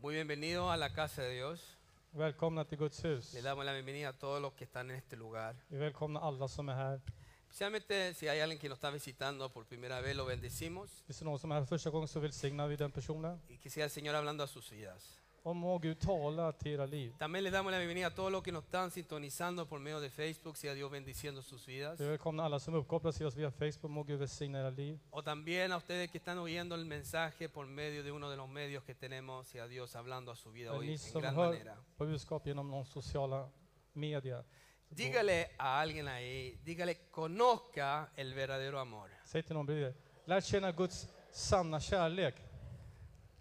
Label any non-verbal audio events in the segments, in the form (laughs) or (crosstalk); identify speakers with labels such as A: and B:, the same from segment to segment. A: Muy bienvenido a la casa de Dios.
B: Välkomna till Guds hus.
A: Le damos la bienvenida a todos los que están en este lugar.
B: Vi välkomnar alla som är här.
A: Especialmente si hay alguien que nos está visitando por primera vez, lo bendecimos
B: Finns det någon som är här första gången så välsignar vi den personen.
A: y que sea el Señor hablando a sus vidas.
B: Och må Gud tala till era liv.
A: También le damos la bienvenida a todos los que nos están sintonizando por medio de Facebook, sea Dios bendiciendo sus vidas.
B: Vi välkomnar alla som uppkopplas till oss via Facebook. Må Gud välsigna era liv.
A: O también a ustedes que están oyendo el mensaje por medio de uno de los medios que tenemos, sea Dios hablando a su vida
B: Men
A: hoy
B: ni
A: en
B: som
A: gran
B: hör
A: manera.
B: på budskap genom någon sociala media. så gå-
A: Dígale a alguien ahí, dígale, conozca el verdadero amor.
B: Säg till någon bredvid dig, Lär känna Guds sanna kärlek.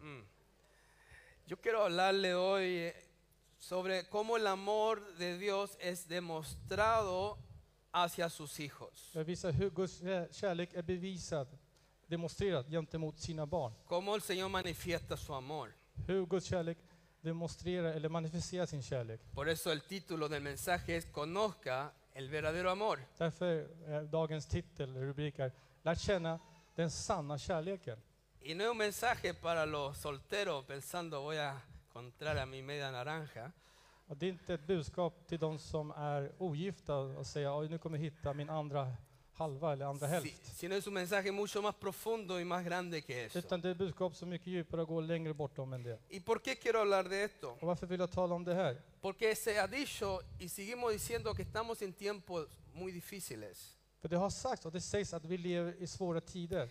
A: Mm. Yo quiero hablarle hoy eh, sobre cómo el amor de Dios es demostrado hacia sus hijos.
B: Jag visar hur Guds kär- kärlek är bevisad, demonstrerad gentemot sina barn.
A: Cómo el Señor manifiesta su amor.
B: Hur Guds kärlek demonstrerar eller manifesterar sin kärlek.
A: Por eso el título del mensaje es Conozca el verdadero amor.
B: Därför är dagens titel, eller rubrik är Lär känna den sanna kärleken.
A: Y no es un mensaje para los solteros pensando voy a encontrar a mi media naranja.
B: Och det är inte ett budskap till de som är ogifta och säga "Oj, nu kommer jag hitta min andra halva eller andra
A: si-
B: hälft.
A: sino es un mensaje mucho más profundo y más grande que eso.
B: Utan det är ett budskap som är mycket djupare och går längre bortom än det.
A: ¿Y por qué quiero hablar de esto?
B: Och varför vill jag tala om det här?
A: Porque se ha dicho y seguimos diciendo que estamos en tiempos muy difíciles.
B: För det har sagts och det sägs att vi lever i svåra tider.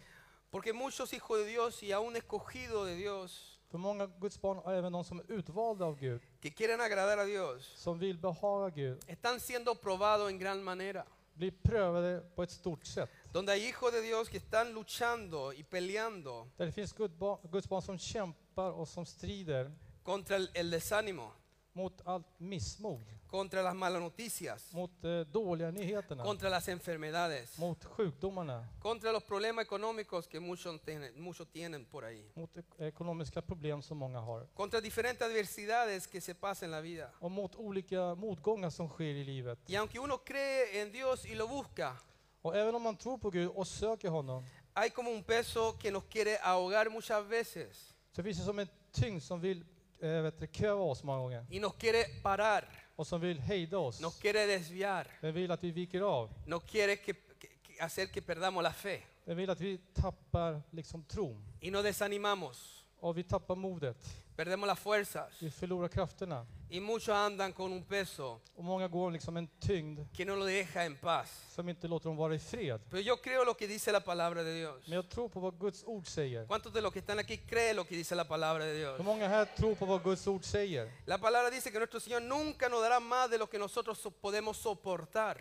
A: Porque muchos hijos de Dios y aún escogidos de Dios
B: För många Guds barn och även de som är utvalda av Gud,
A: que quieren agradar a Dios
B: som vill behaga Gud,
A: están siendo probados en gran manera.
B: blir prövade på ett stort sätt.
A: Donde hay hijos de Dios que están luchando y peleando
B: Där det finns Gud ba- Guds barn som kämpar och som strider
A: contra el, el desánimo,
B: mot allt missmod,
A: contra las malas noticias,
B: mot eh, dåliga nyheterna,
A: contra las enfermedades,
B: mot sjukdomarna,
A: contra los problemas económicos que muchos tienen, muchos tienen por ahí,
B: mot ek- ekonomiska problem som många har
A: contra diferentes adversidades que se pasan en la vida.
B: och mot olika motgångar som sker i livet.
A: Y aunque uno cree en Dios y lo busca,
B: Och även om man tror på Gud och söker honom
A: hay como un peso que nos quiere ahogar muchas veces
B: så finns det som en tyngd som vill eh, vet du, köva oss många gånger
A: y nos quiere parar,
B: och som vill hejda
A: nos
B: oss.
A: quiere desviar,
B: Den vill att vi viker av.
A: nos quiere que, que- que hacer que perdamos la fe
B: Den vill att vi tappar liksom tron
A: y nos desanimamos,
B: och vi tappar modet.
A: perdemos las fuerzas
B: Vi förlorar krafterna.
A: y muchos andan con un peso
B: Och många går liksom en tyngd
A: que no lo deja en paz.
B: som inte låter dem vara i fred.
A: Pero yo creo lo que dice la palabra de Dios.
B: Men jag tror på vad Guds ord säger.
A: ¿Cuántos de los que están aquí creen lo que dice la palabra de Dios?
B: Hur många här tror på vad Guds ord säger?
A: La palabra dice que nuestro Señor nunca nos dará más de lo que nosotros so- podemos soportar,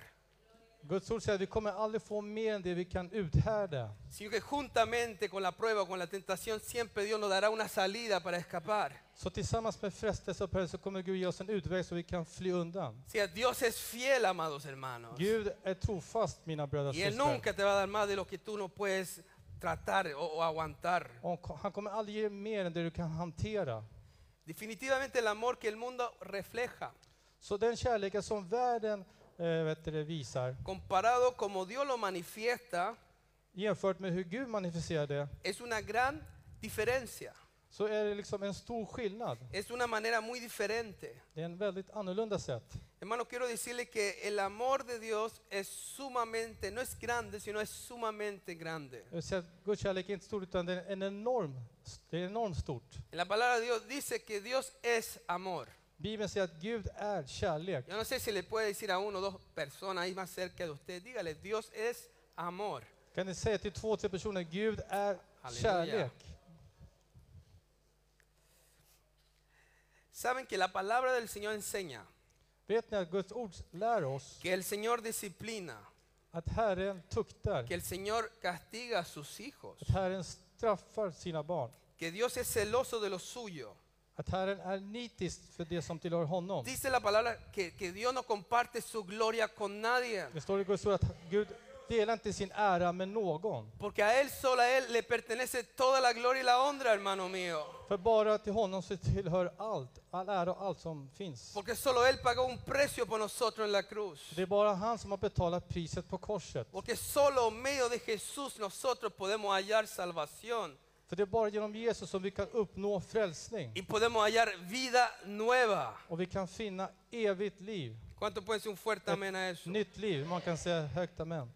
B: Guds ord säger att vi kommer aldrig få mer än det vi kan uthärda.
A: sino que juntamente con la prueba, con la tentación, siempre Dios nos dará una salida para escapar.
B: Så tillsammans med frestelse och prövelse kommer Gud ge oss en utväg så vi kan fly undan.
A: O sea, Dios es fiel, amados hermanos.
B: Gud är trofast mina bröder och
A: Y Él
B: systrar.
A: nunca te va a dar más de lo que tú no puedes tratar o, o aguantar.
B: Och han kommer aldrig ge mer än det du kan hantera.
A: Definitivamente el amor que el mundo refleja,
B: Så den kärleken som världen eh, vet du, det, visar
A: comparado como Dios lo manifiesta,
B: jämfört med hur Gud manifesterar det
A: es una gran diferencia.
B: så är det liksom en stor skillnad.
A: Es una manera muy diferente.
B: Det är en väldigt annorlunda sätt.
A: Hermano, quiero decirle que el amor de Dios es sumamente, no es grande, sino es sumamente grande.
B: Jag vill säga att Guds kärlek är inte stor utan det är en enorm, det är enormt stort.
A: En la palabra de Dios dice que Dios es amor.
B: Bibeln säger att Gud är kärlek.
A: Yo no sé si le puede decir a uno o dos personas ahí más cerca de usted, dígale, Dios es amor.
B: Kan ni säga till två, tre personer, Gud är
A: Halleluja.
B: kärlek.
A: Saben que la palabra del Señor enseña
B: Vet ni att Guds ord lär oss
A: que el Señor disciplina,
B: att Herren tuktar,
A: que el Señor castiga a sus hijos,
B: att Herren straffar sina barn,
A: que Dios es celoso de lo suyo.
B: att Herren är nitisk för det som tillhör honom.
A: Dice la palabra que, que Dios no comparte su gloria con nadie,
B: Det står i Guds ord att Gud delar inte sin ära med någon,
A: porque a Él solo a Él le pertenece toda la gloria y la honra, hermano mío.
B: för bara till honom så tillhör allt, all ära och allt som finns.
A: Porque solo Él pagó un precio por nosotros en la cruz.
B: Det är bara han som har betalat priset på korset.
A: Porque solo en medio de Jesús nosotros podemos hallar salvación.
B: För det är bara genom Jesus som vi kan uppnå frälsning
A: y podemos hallar vida nueva.
B: och vi kan finna evigt liv,
A: ¿Cuánto puede ser un fuerte amén a eso?
B: nytt liv. Man kan säga högt amen.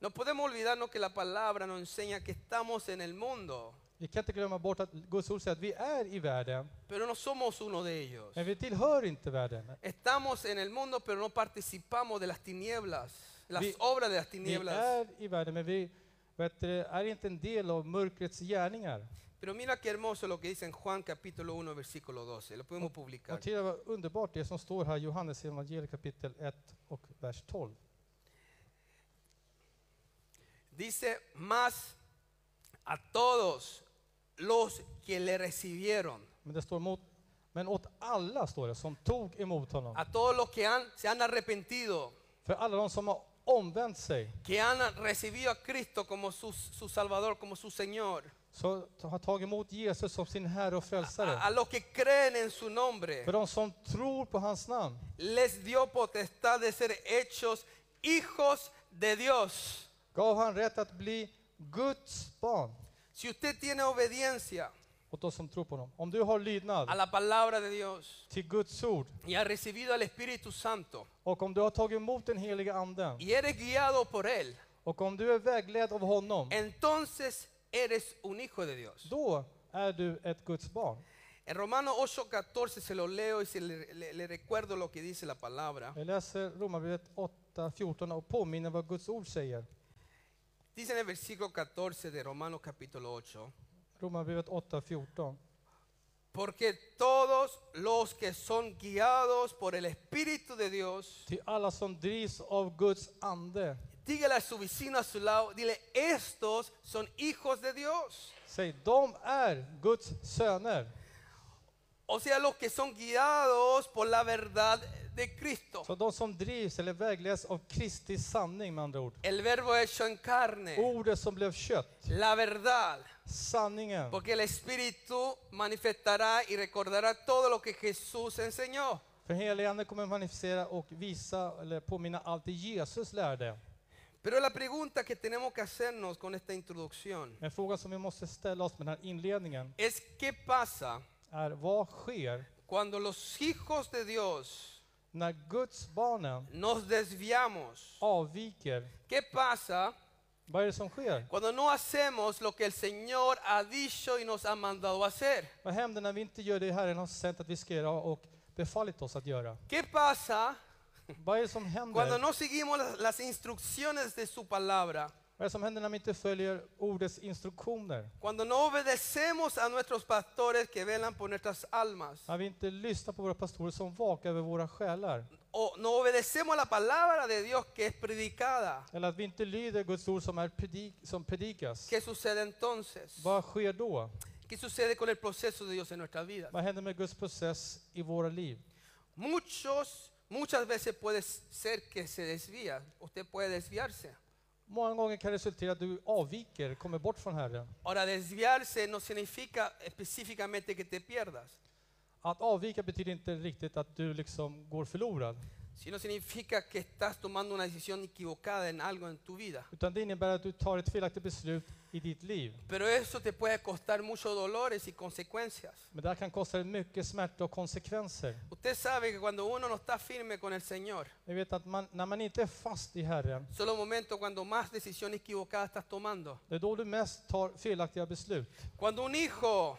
A: No podemos olvidarnos que la palabra nos enseña que estamos en el mundo,
B: Vi kan inte glömma bort att Guds ord säger att vi är i världen,
A: pero no somos uno de ellos.
B: men vi tillhör inte världen.
A: Estamos en el mundo, pero no participamos de las tinieblas, las
B: Vi-
A: obras de las
B: Vi
A: tinieblas.
B: är i världen, men vi vet, du, är inte en del av mörkrets gärningar.
A: Pero mira qué hermoso lo que dice en Juan capítulo 1, versículo 12. Lo podemos publicar.
B: Notera vad underbart det som står här i Johannes evangeliet kapitel 1 och vers 12.
A: Dice, más a todos los que le recibieron,
B: Men det står mot, men åt alla står det som tog emot honom.
A: a todos los que han, se han arrepentido,
B: För alla de som har omvänt sig,
A: que han recibido a Cristo como su, su Salvador, como su Señor,
B: så har tagit emot Jesus som sin Herre och
A: a, a
B: Frälsare.
A: los que creen en su nombre,
B: För de som tror på hans namn,
A: les dio potestad de ser hechos hijos de Dios.
B: gav han rätt att bli Guds barn.
A: Si usted tiene obediencia
B: Åt de som tror på honom. Om du har
A: a
B: lydnad
A: la palabra de Dios
B: till Guds ord
A: y has recibido al Espíritu Santo
B: och om du har tagit emot den heliga anden
A: y eres guiado por Él,
B: Och om du är vägledd av honom,
A: entonces eres un hijo de Dios.
B: då är du ett Guds barn.
A: En Romanos 8:14 se lo leo y se le, le- le recuerdo lo que dice la palabra.
B: Jag läser Romarbrevet 8.14 och påminner vad Guds ord säger.
A: Dice en el versículo 14 de Romanos capítulo 8,
B: Romarbrevet 8.14.
A: porque todos los que son guiados por el Espíritu de Dios,
B: Till alla som drivs av Guds ande,
A: dígale a su vecino a su lado, dile, estos son hijos de Dios.
B: säg de är Guds söner.
A: O sea, los que son guiados por la verdad de Cristo.
B: Så de som drivs eller vägleds av Kristi sanning med andra ord.
A: El verbo hecho en carne,
B: Ordet som blev kött,
A: la verdad.
B: sanningen.
A: Porque el Espíritu manifestará y recordará todo lo que Jesús enseñó.
B: För helige ande kommer manifestera och visa eller påminna allt det Jesus lärde.
A: Pero la pregunta que tenemos que hacernos con esta introducción
B: Men frågan som vi måste ställa oss med den här inledningen
A: es qué pasa
B: är vad sker
A: cuando los hijos de Dios
B: när Guds barnen
A: nos desviamos.
B: avviker?
A: ¿Qué pasa
B: Vad är det som sker?
A: cuando no hacemos lo que el Señor ha dicho y nos ha mandado a hacer?
B: Vad händer när vi inte gör det Herren har sänt att vi ska göra och befallit oss att göra?
A: ¿Qué pasa
B: Vad är det som händer?
A: cuando no seguimos las, las instrucciones de su palabra?
B: Vad är det som händer när vi inte följer ordets instruktioner?
A: Cuando no obedecemos a nuestros pastores que velan por nuestras almas.
B: När vi inte lyssnar på våra pastorer som vakar över våra själar?
A: O no obedecemos a la palabra de Dios que es predicada.
B: Eller att vi inte lyder Guds ord som, är predik som predikas?
A: ¿Qué sucede entonces?
B: Vad sker då?
A: ¿Qué sucede con el proceso de Dios en nuestra vida?
B: Vad händer med Guds process i våra liv?
A: Muchos, muchas veces puede ser que se desvía. Usted puede desviarse.
B: Många gånger kan det resultera i att du avviker, kommer bort från Herren.
A: Ahora, desviarse no significa específicamente que te pierdas,
B: Att avvika betyder inte riktigt att du liksom går förlorad.
A: sino significa que estás tomando una decisión equivocada en algo en tu vida.
B: Utan det innebär att du tar ett felaktigt beslut i ditt liv.
A: Pero eso te puede costar muchos dolores y consecuencias.
B: Men det här kan kosta dig mycket smärta och konsekvenser.
A: Usted sabe que cuando uno no está firme con el Señor,
B: Ni vet att man, när man inte är fast i Herren,
A: son los momentos cuando más decisiones equivocadas estás tomando.
B: det är då du mest tar felaktiga beslut.
A: Cuando un hijo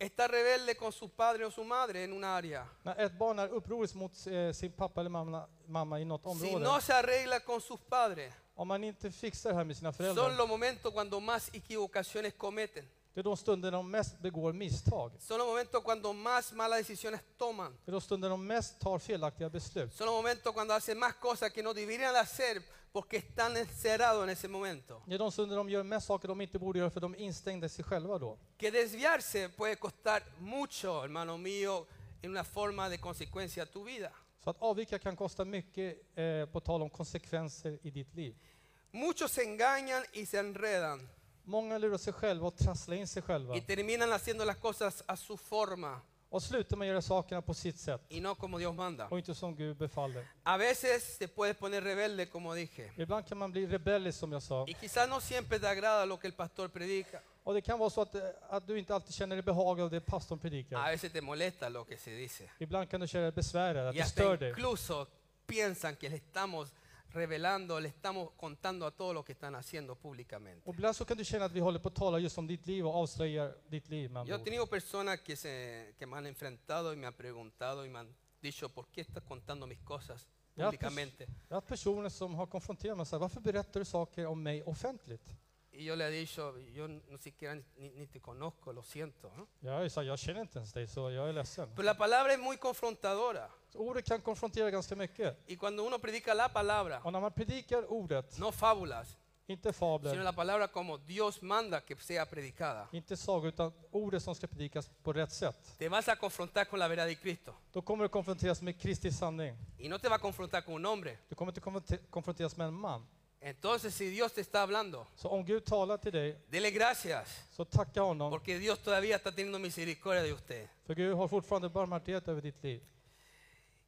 A: está rebelde con su padre o su madre en un área,
B: När ett barn är upproriskt mot eh, sin pappa eller mamma, mamma i något
A: si
B: område,
A: no se arregla con sus padres,
B: om man inte fixar det här med sina
A: son
B: föräldrar,
A: los momentos cuando más equivocaciones cometen.
B: det är de stunder de mest begår misstag.
A: Son los momentos cuando más malas decisiones toman.
B: Det är de stunder de mest tar felaktiga beslut.
A: Son los momentos cuando hacen más cosas que no deberían hacer porque están encerrados en ese momento.
B: Det är de stunder de gör mest saker de inte borde göra för de är instängda sig själva då.
A: Que desviarse puede costar mucho, hermano mío, en una forma de consecuencia a tu vida.
B: Så att avvika kan kosta mycket eh, på tal om konsekvenser i ditt liv.
A: Muchos se engañan y se enredan
B: Många lurar sig själva och trasslar in sig själva
A: y terminan haciendo las cosas a su forma
B: och slutar med att göra sakerna på sitt sätt
A: y no como Dios manda.
B: och inte som Gud befaller.
A: A veces te puedes poner rebelde, como dije,
B: Ibland kan man bli rebellisk som jag sa
A: y quizás no siempre te agrada lo que el pastor predica.
B: Och det kan vara så att, eh, att du inte alltid känner dig behagad av det pastorn predikar.
A: A veces te molesta lo que se dice.
B: Ibland kan du känna dig besvärad, att
A: Y
B: det
A: hasta
B: stör dig.
A: incluso piensan que le estamos revelando, le estamos contando a todo lo que están haciendo públicamente.
B: Och ibland så kan du känna att vi håller på att tala just om ditt liv och avslöjar ditt liv med andra
A: Yo he
B: ord.
A: tenido personas que, se, que me han enfrentado y me han preguntado y me han dicho, ¿por qué estás contando mis cosas
B: Jag har,
A: públicamente?
B: pers- jag har haft personer som har konfronterat mig och sagt, varför berättar du saker om mig offentligt?
A: Y yo le he dicho, yo no siquiera ni, ni te conozco, lo siento. ¿no?
B: Jag har ju sagt, jag känner inte ens dig så jag är ledsen.
A: Pero la palabra es muy confrontadora.
B: Så ordet kan konfrontera ganska mycket.
A: Y cuando uno predica la palabra,
B: Och när man predikar ordet,
A: no fábulas, sino
B: inte fabler,
A: la palabra como Dios manda que sea predicada,
B: inte sagor, utan ordet som ska predikas på rätt sätt.
A: te vas a confrontar con la verdad de Cristo.
B: Då kommer du konfronteras med Kristi sanning.
A: Y no te va a confrontar con un hombre.
B: Du kommer inte konfronte- konfronteras med en man.
A: Entonces, si Dios te está hablando,
B: Så om Gud talar till dig,
A: dele gracias,
B: så tacka honom,
A: porque Dios todavía está teniendo misericordia de usted.
B: för Gud har fortfarande barmhärtighet över ditt liv.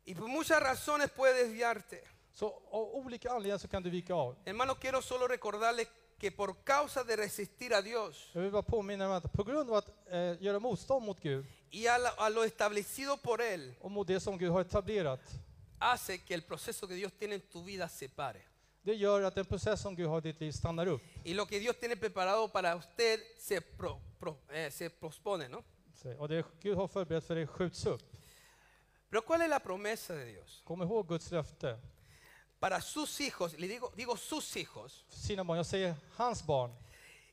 A: Y por muchas razones puede desviarte.
B: Så av olika anledningar så kan du vika av.
A: Hermano, quiero solo recordarles que por causa de resistir a Dios
B: Jag vill bara påminna om att på grund av att eh, göra motstånd mot Gud
A: y a, la- a lo establecido por Él,
B: och mot det som Gud har etablerat,
A: hace que el proceso que Dios tiene en tu vida se pare.
B: det gör att den process som Gud har i ditt liv stannar upp.
A: Y lo que Dios tiene preparado para usted se, pro- pro- eh, se prospone, ¿no?
B: Så- Och det Gud har förberett för dig skjuts upp.
A: Pero ¿cuál es la promesa de Dios?
B: Kom ihåg Guds löfte.
A: Para sus hijos, le digo, digo sus hijos,
B: För Sina barn, jag säger hans barn,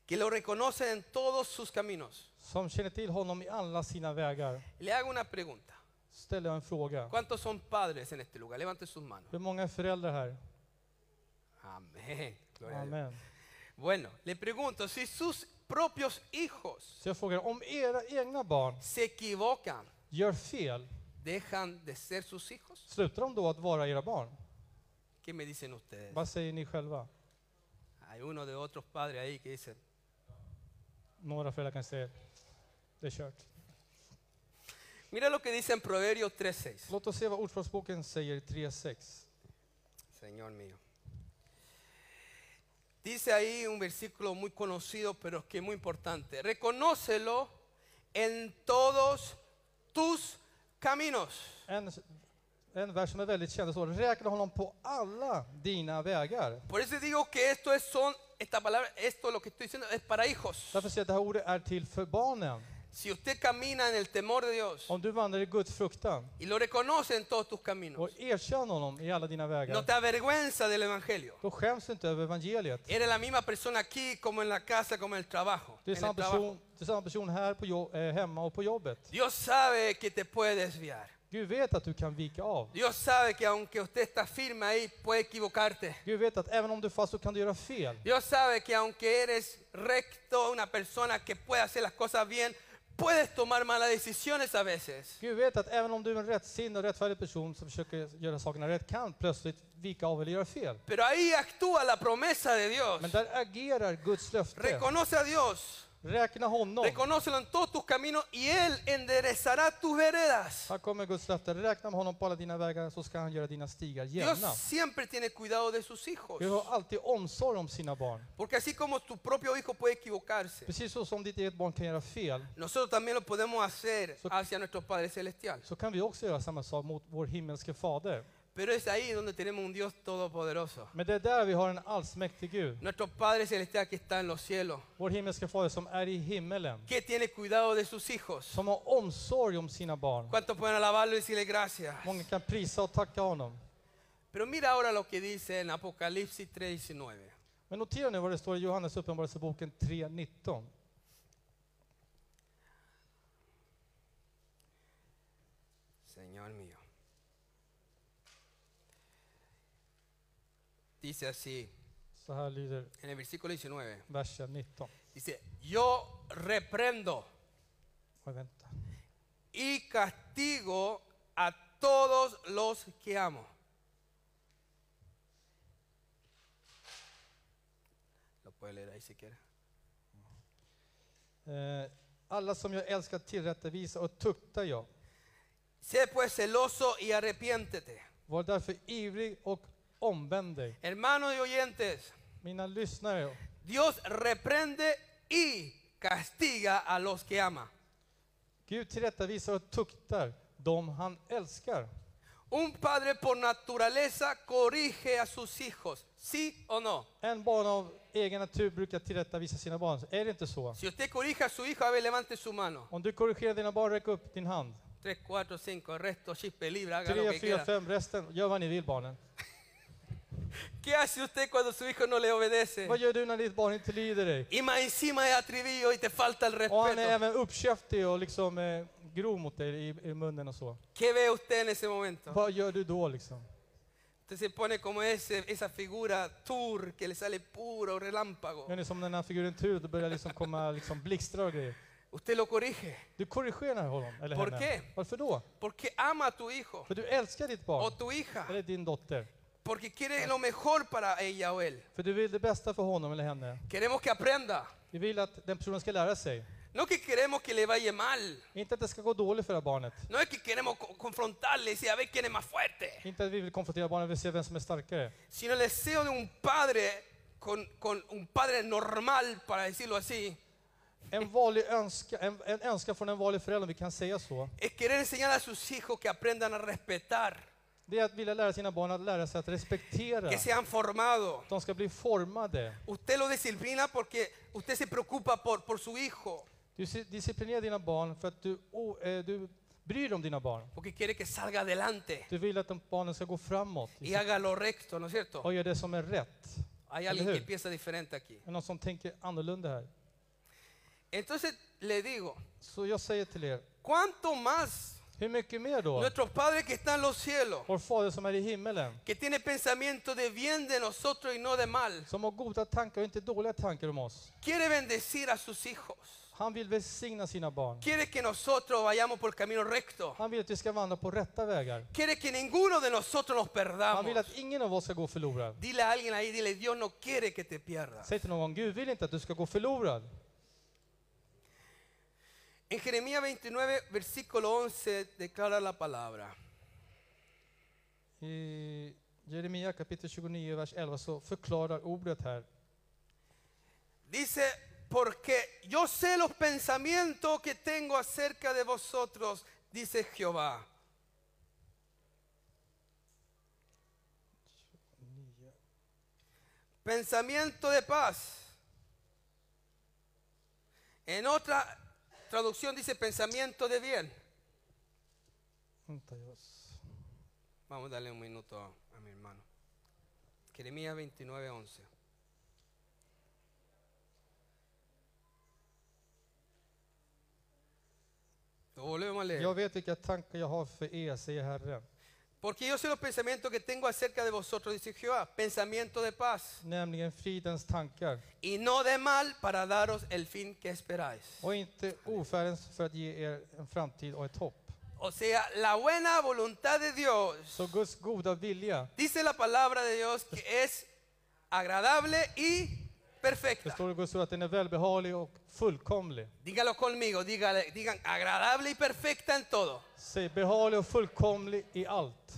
A: que lo reconocen en todos sus caminos.
B: som känner till honom i alla sina vägar,
A: Le hago una pregunta.
B: ställer jag en fråga.
A: ¿Cuántos son padres en este lugar? Levanten sus manos.
B: Hur många är föräldrar här?
A: Amén. Gloria a Dios.
B: Amen.
A: Bueno, le pregunto, si sus propios hijos
B: Så jag frågar, om era egna barn
A: se equivocan,
B: gör fel,
A: ¿dejan de ser sus hijos?
B: slutar de då att vara era barn?
A: ¿Qué me dicen ustedes?
B: Vad säger ni själva?
A: Hay uno de otros padres ahí que dicen,
B: Några föräldrar kanske säger, det är kört.
A: mira lo que dice en Proverbios 3.6.
B: Låt oss se vad Ordspråksboken säger i 3.6.
A: Señor mío. Dice ahí un versículo muy conocido, pero que es muy importante. Reconócelo en todos tus caminos.
B: En, en vers som är väldigt känd, det står räkna honom på alla dina vägar.
A: Por eso digo que esto es son esta palabra, esto lo que estoy diciendo es para hijos.
B: Därför säger jag att det här ordet är till för barnen.
A: Si usted camina en el temor de Dios
B: Om du vandrar i Guds fruktan
A: y lo reconoce en todos tus
B: och
A: caminos,
B: erkänner honom i alla dina
A: no
B: vägar,
A: te avergüenza del evangelio.
B: då skäms du inte över evangeliet.
A: Eres la misma persona aquí como en la casa, como en el trabajo.
B: Du
A: en
B: är
A: el
B: samma person,
A: trabajo.
B: du är samma person här på jo, eh, hemma och på jobbet.
A: Dios sabe que te puede desviar.
B: Gud vet att du kan vika av.
A: Dios sabe que aunque usted está firme ahí, puede equivocarte.
B: Gud vet att även om du är fast så kan du göra fel.
A: Dios sabe que aunque eres recto, una persona que puede hacer las cosas bien, puedes tomar malas decisiones a veces.
B: Gud vet att även om du är en rättsinnig och rättfärdig person som försöker göra sakerna rätt kan plötsligt vika av eller göra fel.
A: Pero ahí actúa la promesa de Dios.
B: Men där agerar Guds löfte.
A: Reconoce a Dios,
B: Räkna honom.
A: reconócelo en todos tus caminos y Él enderezará tus veredas.
B: Här kommer Guds löfte. Räkna med honom på alla dina vägar så ska han göra dina stigar
A: Dios
B: jämna.
A: siempre tiene cuidado de sus hijos.
B: Gud har alltid omsorg om sina barn.
A: Porque así como tu propio hijo puede equivocarse,
B: Precis så som ditt eget barn kan göra fel
A: nosotros también lo podemos hacer hacia nuestro Padre Celestial.
B: så kan vi också göra samma sak mot vår himmelske fader.
A: Pero es ahí donde tenemos un Dios todopoderoso.
B: Men det är där vi har en allsmäktig Gud.
A: Nuestro Padre Celestial que está en los cielos,
B: Vår himmelske fader som är i himmelen.
A: que tiene cuidado de sus hijos.
B: Som har omsorg om sina barn.
A: ¿Cuántos pueden alabarlo y decirle gracias?
B: Många kan prisa och tacka honom.
A: Pero mira ahora lo que dice en Apocalipsis 3:19.
B: Men notera nu vad det står i Johannes uppenbarelseboken 3.19.
A: Señor mío. Dice así,
B: Så här lyder
A: en el versículo 19.
B: versen 19.
A: Dice, yo reprendo
B: Oj, vänta.
A: y castigo a todos los que amo. Lo puede leer ahí si quiere.
B: Eh, alla som jag älskar tillrättavisar och tuktar jag.
A: Sé pues celoso y arrepiéntete.
B: Var därför ivrig och omvänd dig.
A: Hermanos y oyentes,
B: Mina lyssnare,
A: Dios reprende y castiga a los que ama.
B: Gud tillrättavisar och tuktar dem han älskar.
A: Un padre por naturaleza corrige a sus hijos, ¿sí o no?
B: En barn av egen natur brukar tillrättavisa sina barn. Är det inte så?
A: Si usted corrige a su hijo, a ver, levante su mano.
B: Om du korrigerar dina barn, räck upp din hand.
A: 3, 4, 5, resto, chispe, libra, haga lo
B: 3,
A: que
B: 4,
A: quiera.
B: 5, resten. Gör vad ni vill barnen.
A: ¿Qué hace usted cuando su hijo no le obedece?
B: Vad gör du när ditt barn inte lyder dig?
A: Y más encima es atrevido y te falta el
B: Och han
A: respeto.
B: är även uppkäftig och liksom eh, grov mot dig i, i munnen och så.
A: ¿Qué ve usted en ese momento?
B: Vad gör du då liksom?
A: Usted se pone como ese, esa figura tur que le sale puro relámpago.
B: Gör ni som den här figuren Tur, då börjar liksom komma liksom blixtar och grejer.
A: Usted lo corrige
B: Du korrigerar honom, eller
A: Por
B: henne.
A: qué?
B: Varför då?
A: porque ama a tu hijo
B: För du älskar ditt barn,
A: o tu hija,
B: eller din dotter.
A: porque quiere lo mejor para ella o él.
B: För du vill det bästa för honom eller henne.
A: Queremos que aprenda.
B: Du vill att den personen ska lära sig.
A: No que queremos que le vaya mal.
B: Inte att det ska gå dåligt för det här barnet.
A: No es que queremos co- confrontarle y decir a ver quién es más fuerte.
B: Inte att vi vill konfrontera barnet och se vem som är starkare.
A: Sino el deseo de un padre con, con un padre normal, para decirlo así,
B: En, vanlig önska, en, en önskan från en vanlig förälder, om vi kan säga så,
A: es querer enseñar a sus hijos que aprendan a respetar,
B: det är att vilja lära sina barn att lära sig att respektera.
A: que sean formados.
B: De ska bli formade.
A: Usted lo disciplina porque usted se preocupa por, por su hijo,
B: Du si- disciplinerar dina barn för att du, o- eh, du bryr dig om dina barn.
A: porque quiere que salga adelante
B: Du vill att de barnen ska gå framåt i
A: y haga lo recto, ¿no es cierto?
B: och gör det som är rätt.
A: Hay
B: Eller
A: alguien que
B: hur?
A: piensa diferente aquí.
B: Är det någon som tänker annorlunda här?
A: Entonces le digo,
B: Så jag säger till er,
A: ¿cuánto más
B: hur mycket mer då?
A: nuestro Padre que está en los cielos,
B: Vår Fader som är i himmelen,
A: que tiene pensamiento de bien de nosotros y no de mal,
B: som har goda tankar och inte dåliga tankar om oss.
A: quiere bendecir a sus hijos?
B: Han vill välsigna sina barn.
A: Quiere que nosotros vayamos por el camino recto.
B: Han vill att vi ska vandra på rätta vägar.
A: Quiere que ninguno de nosotros nos
B: Han vill
A: perdamos.
B: att ingen av oss ska gå förlorad.
A: Dile a alguien ahí, dile, Dios no quiere que te pierdas.
B: Säg till någon, Gud vill inte att du ska gå förlorad.
A: En Jeremías 29, versículo 11, declara la palabra.
B: I Jeremia kapitel 29, vers 11 så förklarar ordet här.
A: Dice, porque yo sé los pensamientos que tengo acerca de vosotros, dice Jehová. Pensamiento de paz. En otra traducción dice pensamiento de bien.
B: Vänta, jag s-
A: Vamos a darle un minuto a, a mi hermano. Jeremías 29, 11. Lo volvemos a leer.
B: Jag vet vilka tankar jag har för er, säger Herren.
A: Porque yo sé los pensamientos que tengo acerca de vosotros, dice Jehová, pensamiento de paz
B: Nämligen fridens tankar
A: y no de mal para daros el fin que esperáis.
B: och inte ofärdens för att ge er en framtid och ett hopp.
A: O sea, la buena voluntad de Dios,
B: Så Guds goda vilja,
A: dice la palabra de Dios, que es agradable y
B: det
A: perfecta.
B: står i Guds ord att den är välbehaglig och fullkomlig.
A: Dígalo conmigo, dígale- digan agradable y perfecta en todo.
B: Säg behaglig och fullkomlig i allt.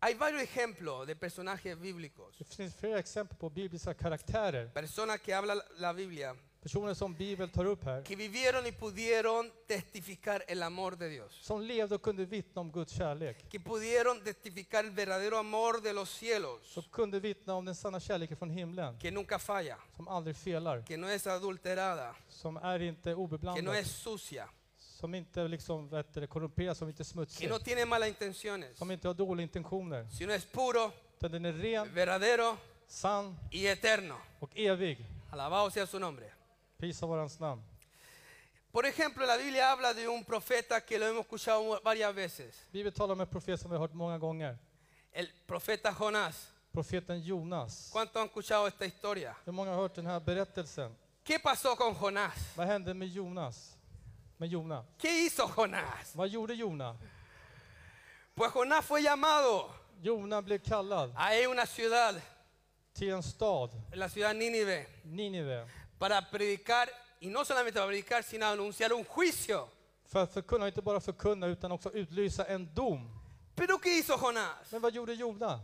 A: Hay varios ejemplos de personajes bíblicos,
B: Det finns flera exempel på bibliska karaktärer,
A: personas que hablan la Biblia,
B: personer som Bibeln tar upp här,
A: que vivieron y pudieron testificar el amor de Dios,
B: som levde och kunde vittna om Guds kärlek.
A: que pudieron testificar el verdadero amor de los cielos,
B: Som kunde vittna om den sanna kärleken från himlen,
A: que nunca falla,
B: som aldrig felar,
A: que no es adulterada,
B: som är inte
A: que no
B: obeblandad,
A: es sucia,
B: som inte liksom, vet du, korrumperas, som inte är
A: que
B: smutsig,
A: no tiene malas intenciones,
B: som inte har dåliga intentioner.
A: sino es puro,
B: Utan den är ren,
A: verdadero
B: sann
A: y eterno.
B: och evig.
A: Alabado sea su nombre.
B: Prisa vare hans namn.
A: Por ejemplo, la Biblia habla de un profeta que lo hemos escuchado varias veces,
B: Bibeln talar om en profet som vi har hört många gånger,
A: el profeta Jonás.
B: profeten Jonas.
A: ¿Cuántos han escuchado esta historia?
B: Hur många har hört den här berättelsen?
A: ¿Qué pasó con Jonás?
B: Vad hände med Jonas? Med Jona?
A: ¿Qué hizo Jonás?
B: Vad gjorde Jona?
A: Pues Jonás fue llamado
B: Jona blev kallad
A: a una ciudad,
B: till en stad,
A: la ciudad Nínive,
B: Nineve,
A: para predicar, y no solamente para predicar, sino anunciar un juicio.
B: för att förkunna, inte bara förkunna utan också utlysa en dom.
A: ¿Pero qué hizo Jonás?
B: Men vad gjorde Jona?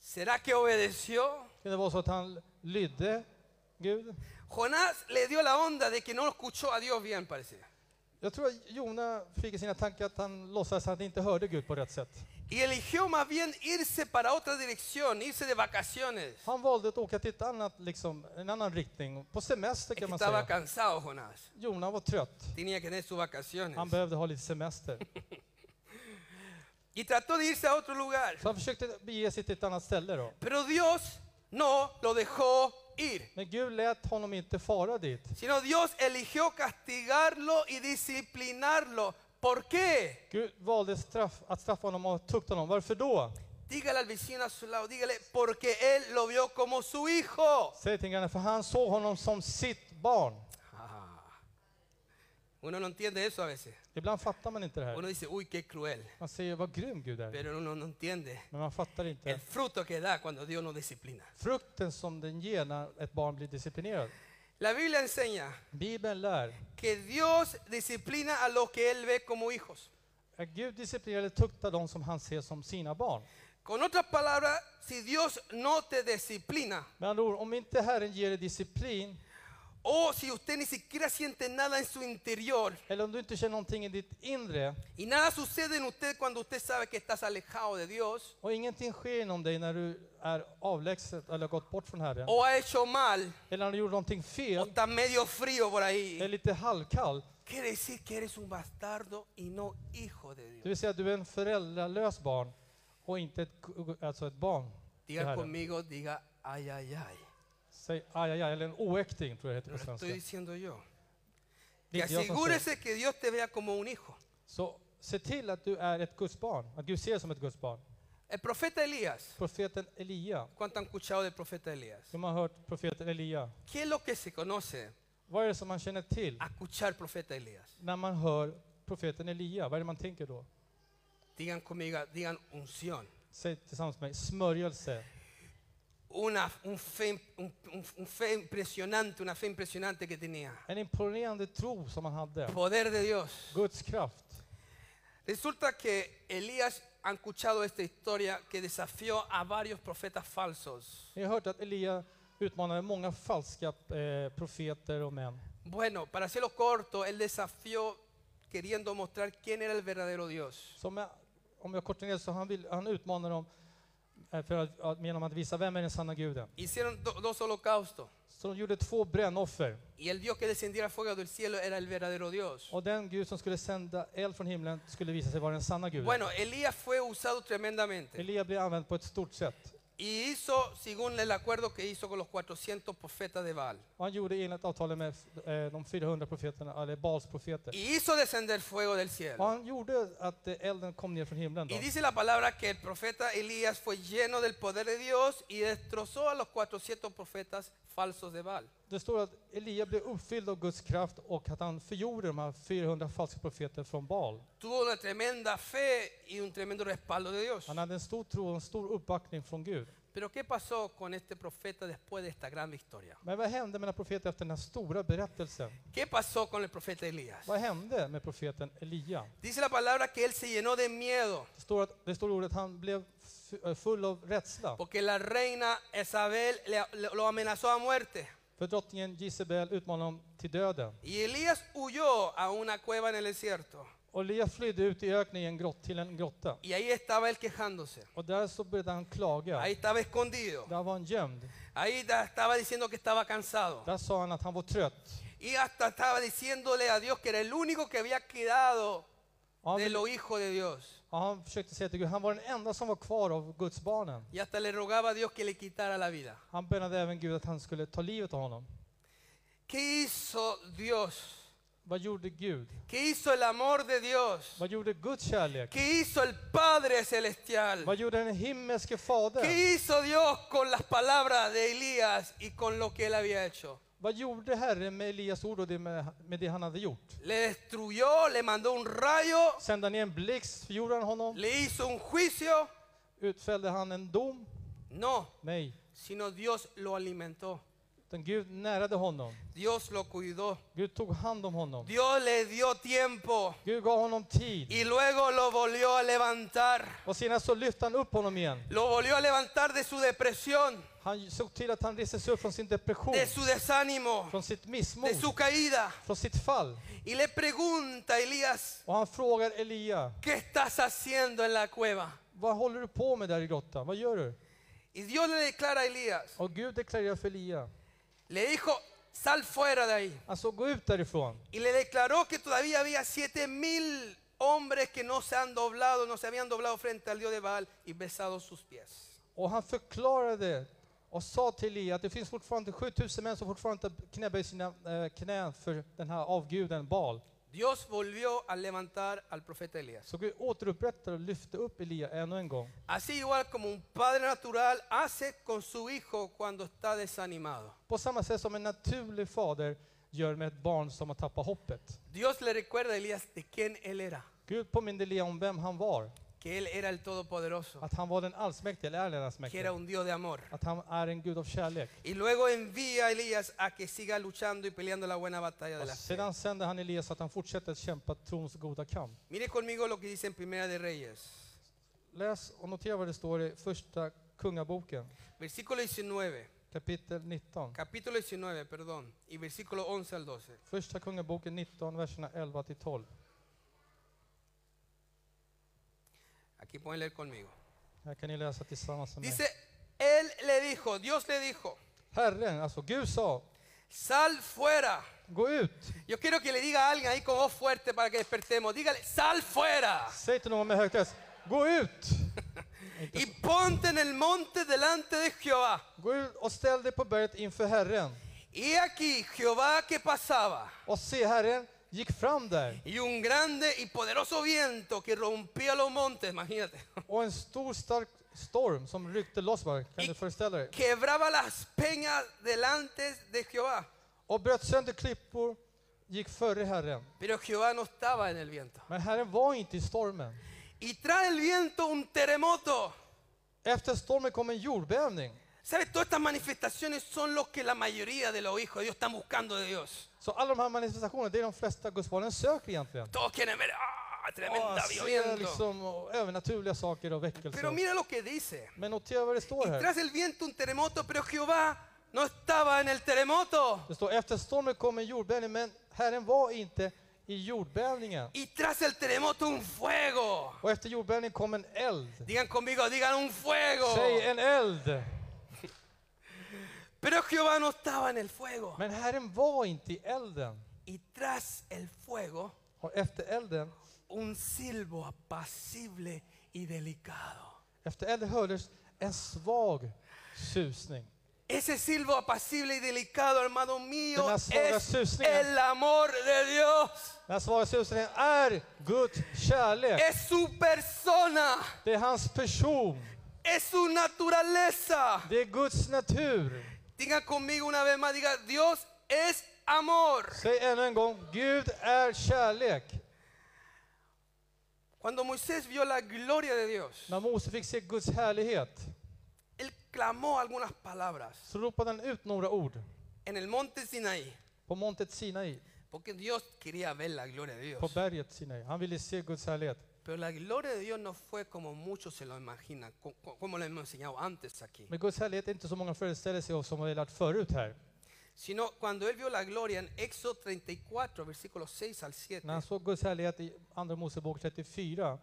A: ¿Será que obedeció?
B: Kan det vara så att han lydde Gud.
A: Jonás le dio la onda de que no escuchó a Dios bien, parece.
B: Jag tror att Jona fick i sina tankar att han låtsades att han inte hörde Gud på rätt sätt.
A: Y eligió más bien irse para otra dirección, irse de vacaciones.
B: Han valde att åka till ett annat, liksom, en annan riktning, på semester
A: Es que
B: kan man
A: estaba
B: säga.
A: cansado Jonás.
B: Jona var trött,
A: Tenía que tener sus vacaciones.
B: han behövde ha lite semester.
A: Y trató de irse a otro lugar.
B: Så han försökte bege sig till ett annat ställe då.
A: Pero Dios no lo dejó ir.
B: Men Gud lät honom inte fara dit.
A: Sino Dios eligió castigarlo y disciplinarlo. ¿Por qué?
B: Gud valde straff, att straffa honom och tukta honom. Varför då?
A: Dígale al vecino a su lado, dígale, porque Él lo vio como su hijo.
B: Säg till grannen, för han såg honom som sitt barn.
A: Ah. Uno no entiende eso a veces.
B: Ibland fattar man inte det
A: Uno
B: här.
A: dice, uy, qué cruel.
B: Man säger vad grym Gud är,
A: Pero uno no entiende
B: men man fattar
A: el
B: inte.
A: fruto que da cuando Dios nos disciplina.
B: Frukten som den ger när ett barn blir disciplinerat.
A: La Biblia enseña
B: Bibeln lär
A: que Dios disciplina a los que Él ve como hijos.
B: att Gud disciplinerar eller tuktar de som han ser som sina barn.
A: Con otras palabras, si Dios no te disciplina,
B: Med andra ord, om inte Herren ger dig disciplin,
A: o si usted ni siquiera siente nada en su interior,
B: eller om du inte känner någonting i ditt inre,
A: y nada sucede en usted cuando usted sabe que estás alejado de Dios,
B: och ingenting sker inom dig när du är avlägset eller har gått bort från Herren,
A: o ha hecho mal,
B: eller när du gjorde någonting
A: o
B: fel,
A: está medio frío por
B: är
A: ahí,
B: lite halvkall,
A: quiere decir que eres un bastardo y no hijo de
B: det
A: Dios.
B: vill säga att du är en föräldralös barn och inte ett, k- alltså ett barn till
A: Diga
B: Herren.
A: conmigo, diga, ay, ay, ay.
B: Säg aj, aj, aj, eller en oäkting tror jag det
A: No
B: heter på
A: lo estoy
B: svenska.
A: diciendo yo.
B: Det
A: Y
B: är inte jag som säger.
A: asegúrese que Dios te vea como un hijo.
B: Så se till att du är ett Guds barn, att Gud ser dig som ett Guds barn.
A: El profeta Elías,
B: Profeten Elia,
A: ¿cuánto han escuchado del profeta Elías?
B: de har hört profeten Elia.
A: ¿Qué es lo que se conoce
B: Vad är det som man känner till
A: a escuchar al profeta Elías?
B: när man hör profeten Elia? Vad är det man tänker då?
A: Digan conmigo, digan unción.
B: Säg tillsammans med mig, smörjelse.
A: Una, un, fe, un- un- un fe impresionante, una fe impresionante que tenía.
B: En imponerande tro som han hade.
A: Poder de Dios.
B: Guds kraft.
A: Resulta que Elías, han escuchado esta historia que desafió a varios profetas falsos.
B: Ni har hört att Elia utmanade många falska eh, profeter och män.
A: Bueno, para hacerlo corto, él desafió queriendo mostrar quién era el verdadero Dios.
B: Som jag, om jag kortar ner så han, vill, han utmanar dem eh, för att, att, genom att visa vem är den sanna guden.
A: Hicieron do- dos holocaustos
B: Så de gjorde två brännoffer.
A: y el Dios que descendiera fuego del cielo era el verdadero Dios.
B: Och den gud som skulle sända eld från himlen skulle visa sig vara den sanna guden.
A: Bueno, Elías fue usado tremendamente
B: Elia blir använd på ett stort sätt.
A: y hizo según el acuerdo que hizo con los 400 profetas de Baal.
B: Och han gjorde enligt avtalet med eh, de 400 profeterna, eller Baals profeter.
A: Y hizo descender fuego del
B: Och
A: cielo.
B: han gjorde att eh, elden kom ner från himlen. Då.
A: Y dice la palabra que el profeta Elías fue lleno del poder de Dios y destrozó a los 400 profetas falsos de Baal.
B: Det står att Elia blev uppfylld av Guds kraft och att han förgjorde de här 400 falska profeterna från Baal.
A: Tuvo una tremenda fe y un tremendo respaldo de Dios.
B: Han hade en stor tro och en stor uppbackning från Gud.
A: Pero ¿qué pasó con este profeta después de esta gran victoria?
B: Men vad hände med den här profeten efter den här stora berättelsen?
A: ¿Qué pasó con el profeta Elías?
B: Vad hände med profeten Elia?
A: Dice la palabra que él se llenó de miedo
B: Det står, att, det står i ordet att han blev f- eh, full av rädsla.
A: porque la reina Isabel le- le- lo amenazó a muerte.
B: För drottningen Jezebel utmanade honom till döden.
A: Y Elías huyó a una cueva en el desierto.
B: Och Elia flydde ut i öknen i en grott, till en grotta.
A: Y ahí estaba él quejándose.
B: Och där så började han
A: Ahí
B: klaga.
A: estaba escondido.
B: Där var han gömd.
A: Ahí da- estaba diciendo que estaba cansado.
B: Där sa han att han var trött.
A: Y hasta estaba diciéndole a Dios que era el único que había quedado
B: Och han,
A: de
B: ville-
A: los hijos de Dios.
B: och han försökte säga till Gud, han var den enda som var kvar av Guds barnen.
A: Y hasta le rogaba a Dios que le quitara la vida.
B: Han bönade även Gud att han skulle ta livet av honom.
A: ¿Qué hizo Dios?
B: Vad gjorde Gud?
A: ¿Qué hizo el amor de Dios?
B: Vad gjorde Guds kärlek?
A: ¿Qué hizo el Padre Celestial?
B: Vad gjorde den himmelske fader?
A: ¿Qué hizo Dios con las palabras de Elías y con lo que él había hecho?
B: Vad gjorde Herren med Elias ord och det med, med det han hade gjort?
A: Le destruyó, le mandó un rayo,
B: Sände ner en blixt, förgjorde han honom?
A: le hizo un juicio.
B: Utfällde han en dom?
A: No,
B: Nej,
A: sino Dios lo alimentó.
B: utan Utan Gud närade honom.
A: Dios lo cuidó.
B: Gud tog hand om honom.
A: Dios le dio tiempo
B: Gud gav honom tid.
A: y luego lo volvió a levantar.
B: Och senast så lyfte han upp honom igen.
A: Lo volvió a levantar de su depresión,
B: Han såg till att han reste sig upp från sin depression,
A: de su desánimo,
B: från sitt missmod,
A: de su caída.
B: från sitt fall.
A: Y le pregunta, Elías,
B: Och han frågar Elia,
A: ¿qué estás haciendo en la cueva?
B: vad håller du på med där i grottan? Vad gör du?
A: Y Dios le declara a Elías,
B: Och Gud deklarerar för Elia,
A: le dijo, sal fuera de ahí.
B: alltså gå ut därifrån.
A: Y le declaró que todavía había siete mil hombres que no se han doblado, no se habían doblado frente al Dios de Baal y besado sus pies.
B: Och han förklarade och sa till Elia att det finns fortfarande 7000 män som fortfarande inte knäböjer sina eh, knän för den här avguden Baal.
A: Dios volvió a levantar al profeta Elías.
B: Så Gud återupprättade och lyfte upp Elia ännu en gång.
A: Así igual como un padre natural hace con su hijo cuando está desanimado.
B: På samma sätt som en naturlig fader gör med ett barn som har tappat hoppet.
A: Dios le recuerda a Elías de quién él era,
B: Gud påminde Elia om vem han var.
A: que él era el Todopoderoso,
B: Att han var den allsmäktige, eller är den
A: que era
B: allsmäktige.
A: un Dios de amor.
B: Att han är en Gud av kärlek.
A: Y luego envía a Elías a que siga luchando y peleando la buena batalla de
B: Och
A: la fe.
B: sedan sänder han Elias att han fortsätter att kämpa trons goda kamp.
A: Mire conmigo lo que dice en Primera de Reyes,
B: Läs och notera vad det står i första Kungaboken,
A: versículo 19.
B: kapitel 19.
A: capítulo 19, perdón, y versículo 11 al 12.
B: Första Kungaboken 19, verserna 11 till 12.
A: Aquí pueden leer conmigo.
B: Här kan ni läsa tillsammans med mig.
A: Dice, él le dijo, Dios le dijo,
B: Herren, alltså Gud sa,
A: sal fuera.
B: gå ut.
A: Yo quiero que le diga a alguien ahí con voz fuerte para que despertemos, dígale, sal fuera.
B: Säg till någon med högt röst, gå ut! Inte
A: Y
B: så.
A: ponte en el monte delante de Jehová.
B: Gå ut och ställ dig på berget inför Herren.
A: Y aquí Jehová que pasaba,
B: Och se, Herren gick fram där
A: y un grande y poderoso viento que rompía los montes, imagínate, (laughs)
B: och en stor stark storm som ryckte loss bara, kan du föreställa dig?
A: quebraba las peñas delante de Jehová.
B: Och bröt sönder klippor, gick före Herren.
A: Pero Jehová no estaba en el viento.
B: Men Herren var inte i stormen.
A: Y trae el viento un terremoto.
B: Efter stormen kom en jordbävning.
A: ¿Sabes? Todas estas manifestaciones son lo que la mayoría de los hijos de Dios están buscando de Dios.
B: Så alla de här manifestationerna, det är de flesta gudsbarnen söker egentligen.
A: Todos quieren ver, ¡ah!
B: Ja,
A: Tremenda
B: ser
A: viento.
B: liksom och övernaturliga saker och
A: Pero
B: väckelser.
A: mira lo que dice.
B: Men notera vad det står
A: Y
B: här.
A: tras el viento un terremoto, pero Jehová no estaba en el terremoto.
B: Det står efter stormen kom en jordbävning, men Herren var inte i jordbävningen.
A: Y tras el terremoto un fuego.
B: Och efter jordbävningen kom en eld.
A: Digan conmigo, digan un fuego.
B: Säg en eld!
A: Pero Jehová no estaba en el fuego.
B: Men Herren var inte i elden.
A: Y tras el fuego
B: Och efter elden,
A: un silbo apacible y delicado.
B: efter elden hördes en svag susning.
A: Ese silbo apacible y delicado, hermano mío,
B: Tenaz ahora
A: es
B: susnea.
A: el amor de Dios.
B: Den här svaga susningen är Guds kärlek.
A: Es su persona,
B: Det är hans person.
A: es su naturaleza.
B: Det är Guds natur.
A: Digan conmigo una vez más, diga, Dios es amor.
B: Säg ännu en gång, Gud är kärlek.
A: Cuando Moisés vio la gloria de Dios,
B: När Mose fick se Guds härlighet
A: él clamó algunas palabras
B: så ropade han ut några ord
A: en el monte Sinaí,
B: på montet Sinai,
A: porque Dios quería ver la gloria de
B: på
A: Dios.
B: berget Sinai. Han ville se Guds härlighet.
A: Pero la gloria de Dios no fue como muchos se lo imaginan, co- co- como lo hemos enseñado antes aquí.
B: Men Guds härlighet är inte så många föreställer sig och som har lärt förut här.
A: sino cuando él vio la gloria en Éxodo 34, versículos 6 al 7.
B: När han såg Guds härlighet i Andra Mosebok 34,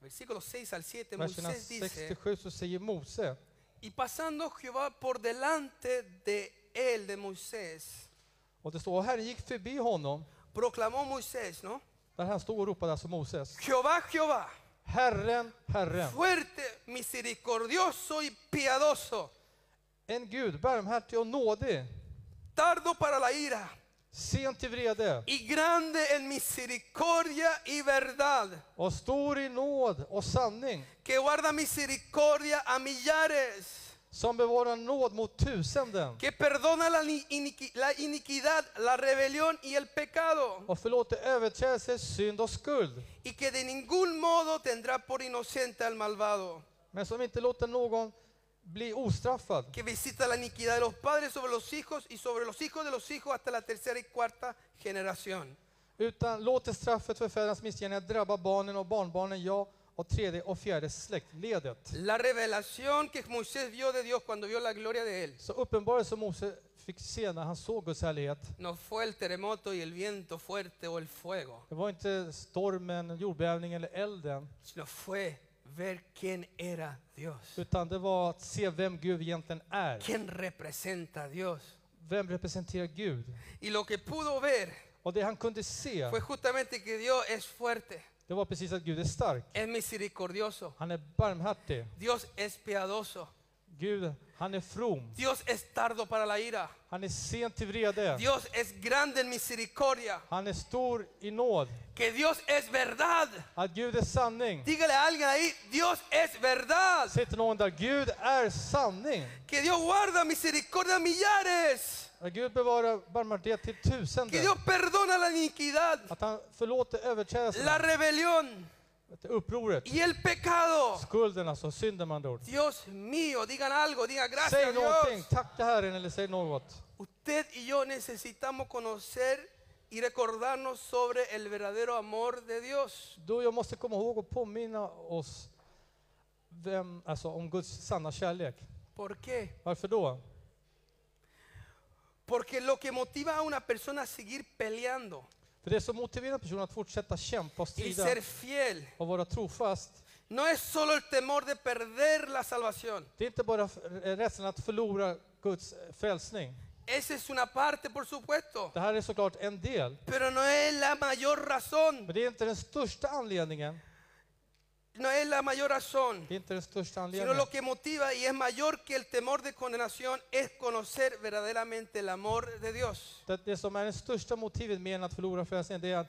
A: Versículos 6 al 7,
B: verserna
A: Moisés dice,
B: 67, så säger Mose,
A: y pasando Jehová por delante de él, de Moisés,
B: och det står, och Herren gick förbi honom,
A: proclamó Moisés, ¿no?
B: där han stod och ropade, alltså Moses,
A: Jehová, Jehová,
B: Herren, Herren,
A: fuerte, misericordioso y piadoso,
B: en Gud, barmhärtig och nådig,
A: tardo para la ira
B: sent till vrede,
A: y grande en misericordia y verdad,
B: och stor i nåd och sanning,
A: que guarda misericordia a millares.
B: som bevarar nåd mot tusenden
A: que perdona la, ni- iniqui- la iniquidad, la rebelión y el pecado,
B: och förlåter överträdelser, synd och skuld,
A: y que de ningún modo tendrá por inocente al malvado.
B: men som inte låter någon bli ostraffad.
A: que visita la iniquidad de los padres sobre los hijos y sobre los hijos de los hijos hasta la tercera y cuarta generación.
B: Utan låter straffet för fädernas missgärningar drabba barnen och barnbarnen, ja, och tredje och fjärde släktledet.
A: La revelación que Moisés vio de Dios cuando vio la gloria de él
B: Så uppenbarelsen som Mose fick se när han såg Guds härlighet,
A: no fue el terremoto y el viento fuerte o el fuego,
B: det var inte stormen, jordbävningen eller elden,
A: sino fue ver quién era Dios,
B: utan det var att se vem Gud egentligen är.
A: quién representa a Dios.
B: Vem representerar Gud?
A: Y lo que pudo ver
B: Och det han kunde se,
A: fue justamente que Dios es fuerte,
B: det var precis att Gud är stark.
A: es misericordioso,
B: Han är barmhärtig.
A: Dios es piadoso,
B: Gud, han är from.
A: Dios es tardo para la ira,
B: Han är sent till vrede.
A: Dios es grande en misericordia,
B: Han är stor i nåd.
A: que Dios es verdad.
B: Att Gud är sanning.
A: Dígale a alguien ahí, Dios es verdad.
B: Sitter någon där, Gud är sanning.
A: Que Dios guarda misericordia a millares.
B: Att Gud bevarar barmhärtighet till
A: Que
B: tusenden.
A: Dios perdona la iniquidad,
B: Att han förlåter
A: la
B: överträdelserna,
A: rebelión
B: upproret,
A: y el pecado.
B: skulden alltså, synden med andra ord.
A: Dios mío, digan algo, digan gracias
B: Säg någonting,
A: Dios.
B: tacka Herren eller säg något.
A: Usted y yo necesitamos conocer y recordarnos sobre el verdadero amor de Dios.
B: Då jag måste komma ihåg och påminna oss vem, alltså, om Guds sanna kärlek.
A: ¿Por qué?
B: Varför då?
A: Porque lo que motiva a una persona a seguir peleando
B: För det som motiverar personen att fortsätta kämpa och
A: y
B: strida
A: ser fiel
B: och vara trofast,
A: no es solo el temor de perder la salvación.
B: det är inte bara f- eh, rädslan att förlora Guds eh, frälsning.
A: Esa es una parte, por supuesto.
B: Det här är såklart en del,
A: Pero no es la mayor razón.
B: men det är inte den största anledningen.
A: No es la mayor razón.
B: Det är inte den största
A: Sino
B: anledningen.
A: lo que motiva y es mayor que el temor de condenación es conocer verdaderamente el amor de Dios.
B: Det, det som är det största motivet med att förlora frälsningen, det är att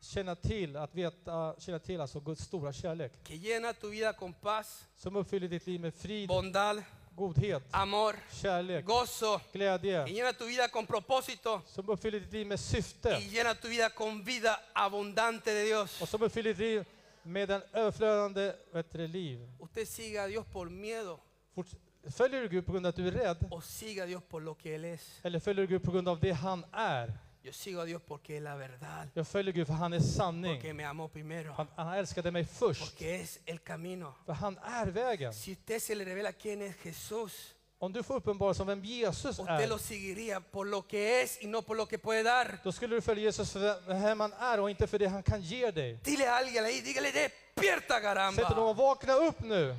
B: känna till, att veta, känna till alltså Guds stora kärlek.
A: Que llena tu vida con paz,
B: Som uppfyller ditt liv med frid,
A: bondad,
B: godhet,
A: amor,
B: kärlek,
A: gozo. Y
B: glädje.
A: llena tu vida con propósito.
B: Som uppfyller ditt liv med
A: Y
B: syfte.
A: llena tu vida con vida abundante de Dios.
B: Och som uppfyller ditt liv med en överflödande bättre liv.
A: Usted siga a Dios por miedo
B: Forts- Följer du Gud på grund av att du är rädd?
A: o siga a Dios por lo que Él es.
B: Eller följer du Gud på grund av det han är?
A: Yo sigo a Dios porque es la verdad,
B: Jag följer Gud för han är sanning.
A: porque me amó primero,
B: Han, han älskade mig först.
A: porque es el camino.
B: För han är vägen.
A: Si usted se le revela quién es Jesús,
B: Om du får uppenbara som vem Jesus
A: usted
B: är,
A: lo seguiría por lo que es y no por lo que puede dar.
B: Då skulle du följa Jesus för vem han är och inte för det han kan ge dig.
A: Dile a alguien ahí, dígale, despierta
B: Säg till
A: caramba.
B: dem, vakna upp nu!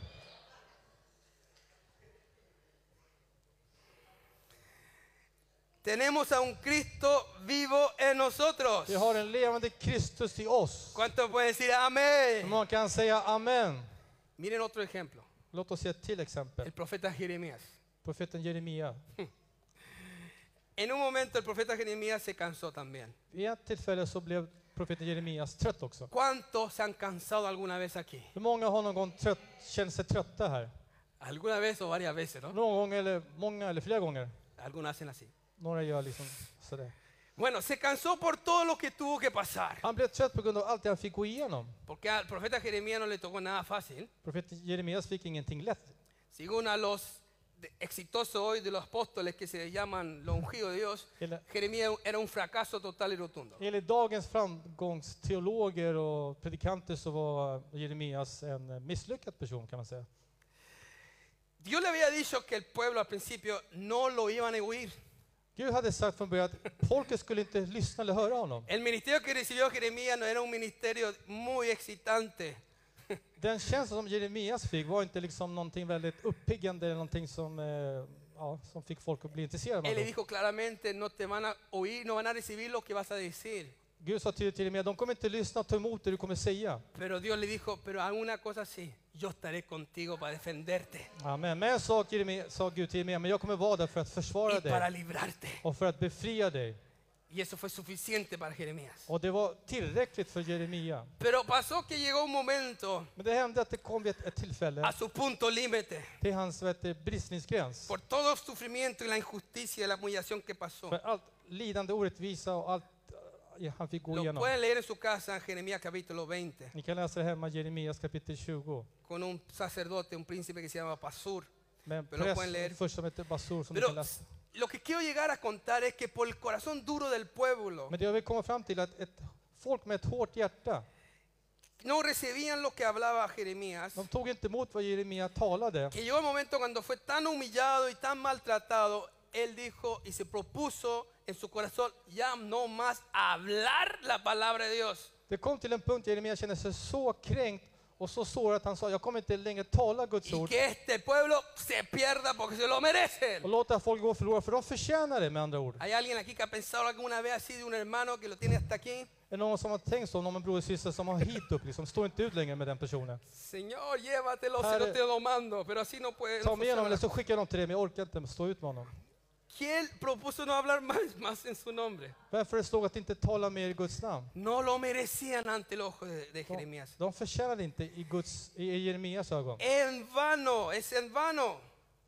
A: Tenemos a un Cristo vivo en nosotros.
B: Vi har en levande Kristus i oss.
A: ¿Cuántos pueden decir
B: Hur
A: amén?
B: många kan säga Amen?
A: Miren otro ejemplo,
B: Låt oss se ett till exempel.
A: el profeta Jeremías.
B: Profeten Jeremia.
A: En un momento el profeta Jeremías se cansó también.
B: Vid ett tillfälle så blev profeten Jeremias trött också.
A: ¿Cuántos se han cansado alguna vez aquí?
B: Hur många har någon gång trött, känt sig trötta här?
A: Alguna vez o varias veces, ¿no?
B: Någon gång eller många eller flera gånger?
A: Algunos hacen así.
B: Några gör liksom sådär.
A: Bueno, se cansó por todo lo que tuvo que pasar.
B: Han blev trött på grund av allt det han fick gå igenom.
A: Porque al profeta Jeremías no le tocó nada fácil.
B: Profeten Jeremias fick ingenting lätt.
A: Según a los de- exitosos hoy de los apóstoles que se llaman los ungidos de Dios,
B: Ele-
A: Jeremías era un fracaso total y rotundo.
B: Enligt dagens framgångsteologer och predikanter så var Jeremias en misslyckad person kan man säga.
A: Dios le había dicho que el pueblo al principio no lo iban a huir.
B: Gud hade sagt från början att folket skulle inte lyssna eller höra honom.
A: El ministerio que recibió Jeremías no era un ministerio muy excitante.
B: Den tjänst som Jeremias fick var inte liksom någonting väldigt uppiggande eller någonting som, eh, ja, som fick folk att bli intresserade.
A: Él
B: Med
A: le
B: honom.
A: dijo claramente, no te van a oír, no van a recibir lo que vas a decir.
B: Gud sa tydligt till Jeremia, de kommer inte lyssna och ta emot det du kommer säga.
A: Pero Dios le dijo, pero alguna cosa sí, yo estaré contigo para defenderte
B: Amen. Men sa, Jeremia, sa Gud till Jeremia, men jag kommer vara där för att försvara
A: y para
B: dig
A: librarte.
B: och för att befria dig.
A: Y eso fue suficiente para Jeremías.
B: Och det var tillräckligt för Jeremia.
A: Pero pasó que llegó un momento
B: Men det hände att det kom vid ett, ett tillfälle
A: a su punto límite
B: till hans vet, du, bristningsgräns.
A: por todo el sufrimiento y la injusticia y la humillación que pasó.
B: För allt lidande, orättvisa och allt eh, han fick gå
A: Lo
B: igenom.
A: pueden leer en su casa en Jeremías capítulo 20
B: Ni kan läsa det hemma, Jeremias kapitel 20.
A: con un sacerdote, un príncipe que se llama Pasur.
B: med en
A: Pero lo pueden leer.
B: press först som ett basur som du kan
A: Pero
B: läsa.
A: lo que quiero llegar a contar es que por el corazón duro del pueblo
B: Men det jag vill komma fram till är att ett folk med ett hårt hjärta,
A: no recibían lo que hablaba Jeremías.
B: de tog inte emot vad Jeremia talade.
A: Que llegó el momento cuando fue tan humillado y tan maltratado, él dijo y se propuso en su corazón ya no más hablar la palabra de Dios.
B: Det kom till en punkt där Jeremia kände sig så kränkt och så sårad att han sa, jag kommer inte längre tala Guds
A: Y
B: ord
A: que este pueblo se pierda porque se lo merecen.
B: och låta folk gå förlorade, för de förtjänar det med andra ord.
A: ¿Hay alguien aquí que ha pensado alguna vez así de un hermano que lo tiene hasta aquí?
B: Är det någon som har tänkt så om en bror och syster som har hit upp liksom, står inte ut längre med den personen.
A: Señor, llévatelo, se
B: Padre,
A: lo te lo mando, pero así no puede. no
B: Ta med honom
A: funciona.
B: eller så skickar de till dig, men jag orkar inte stå ut med honom.
A: ¿Quién propuso no hablar más, más en su nombre?
B: Varför det stod att inte tala mer i Guds namn?
A: No lo merecían ante el ojo de, de
B: De,
A: Jeremías.
B: de förtjänade inte i, Guds, i, i Jeremias ögon.
A: En vano, es en vano.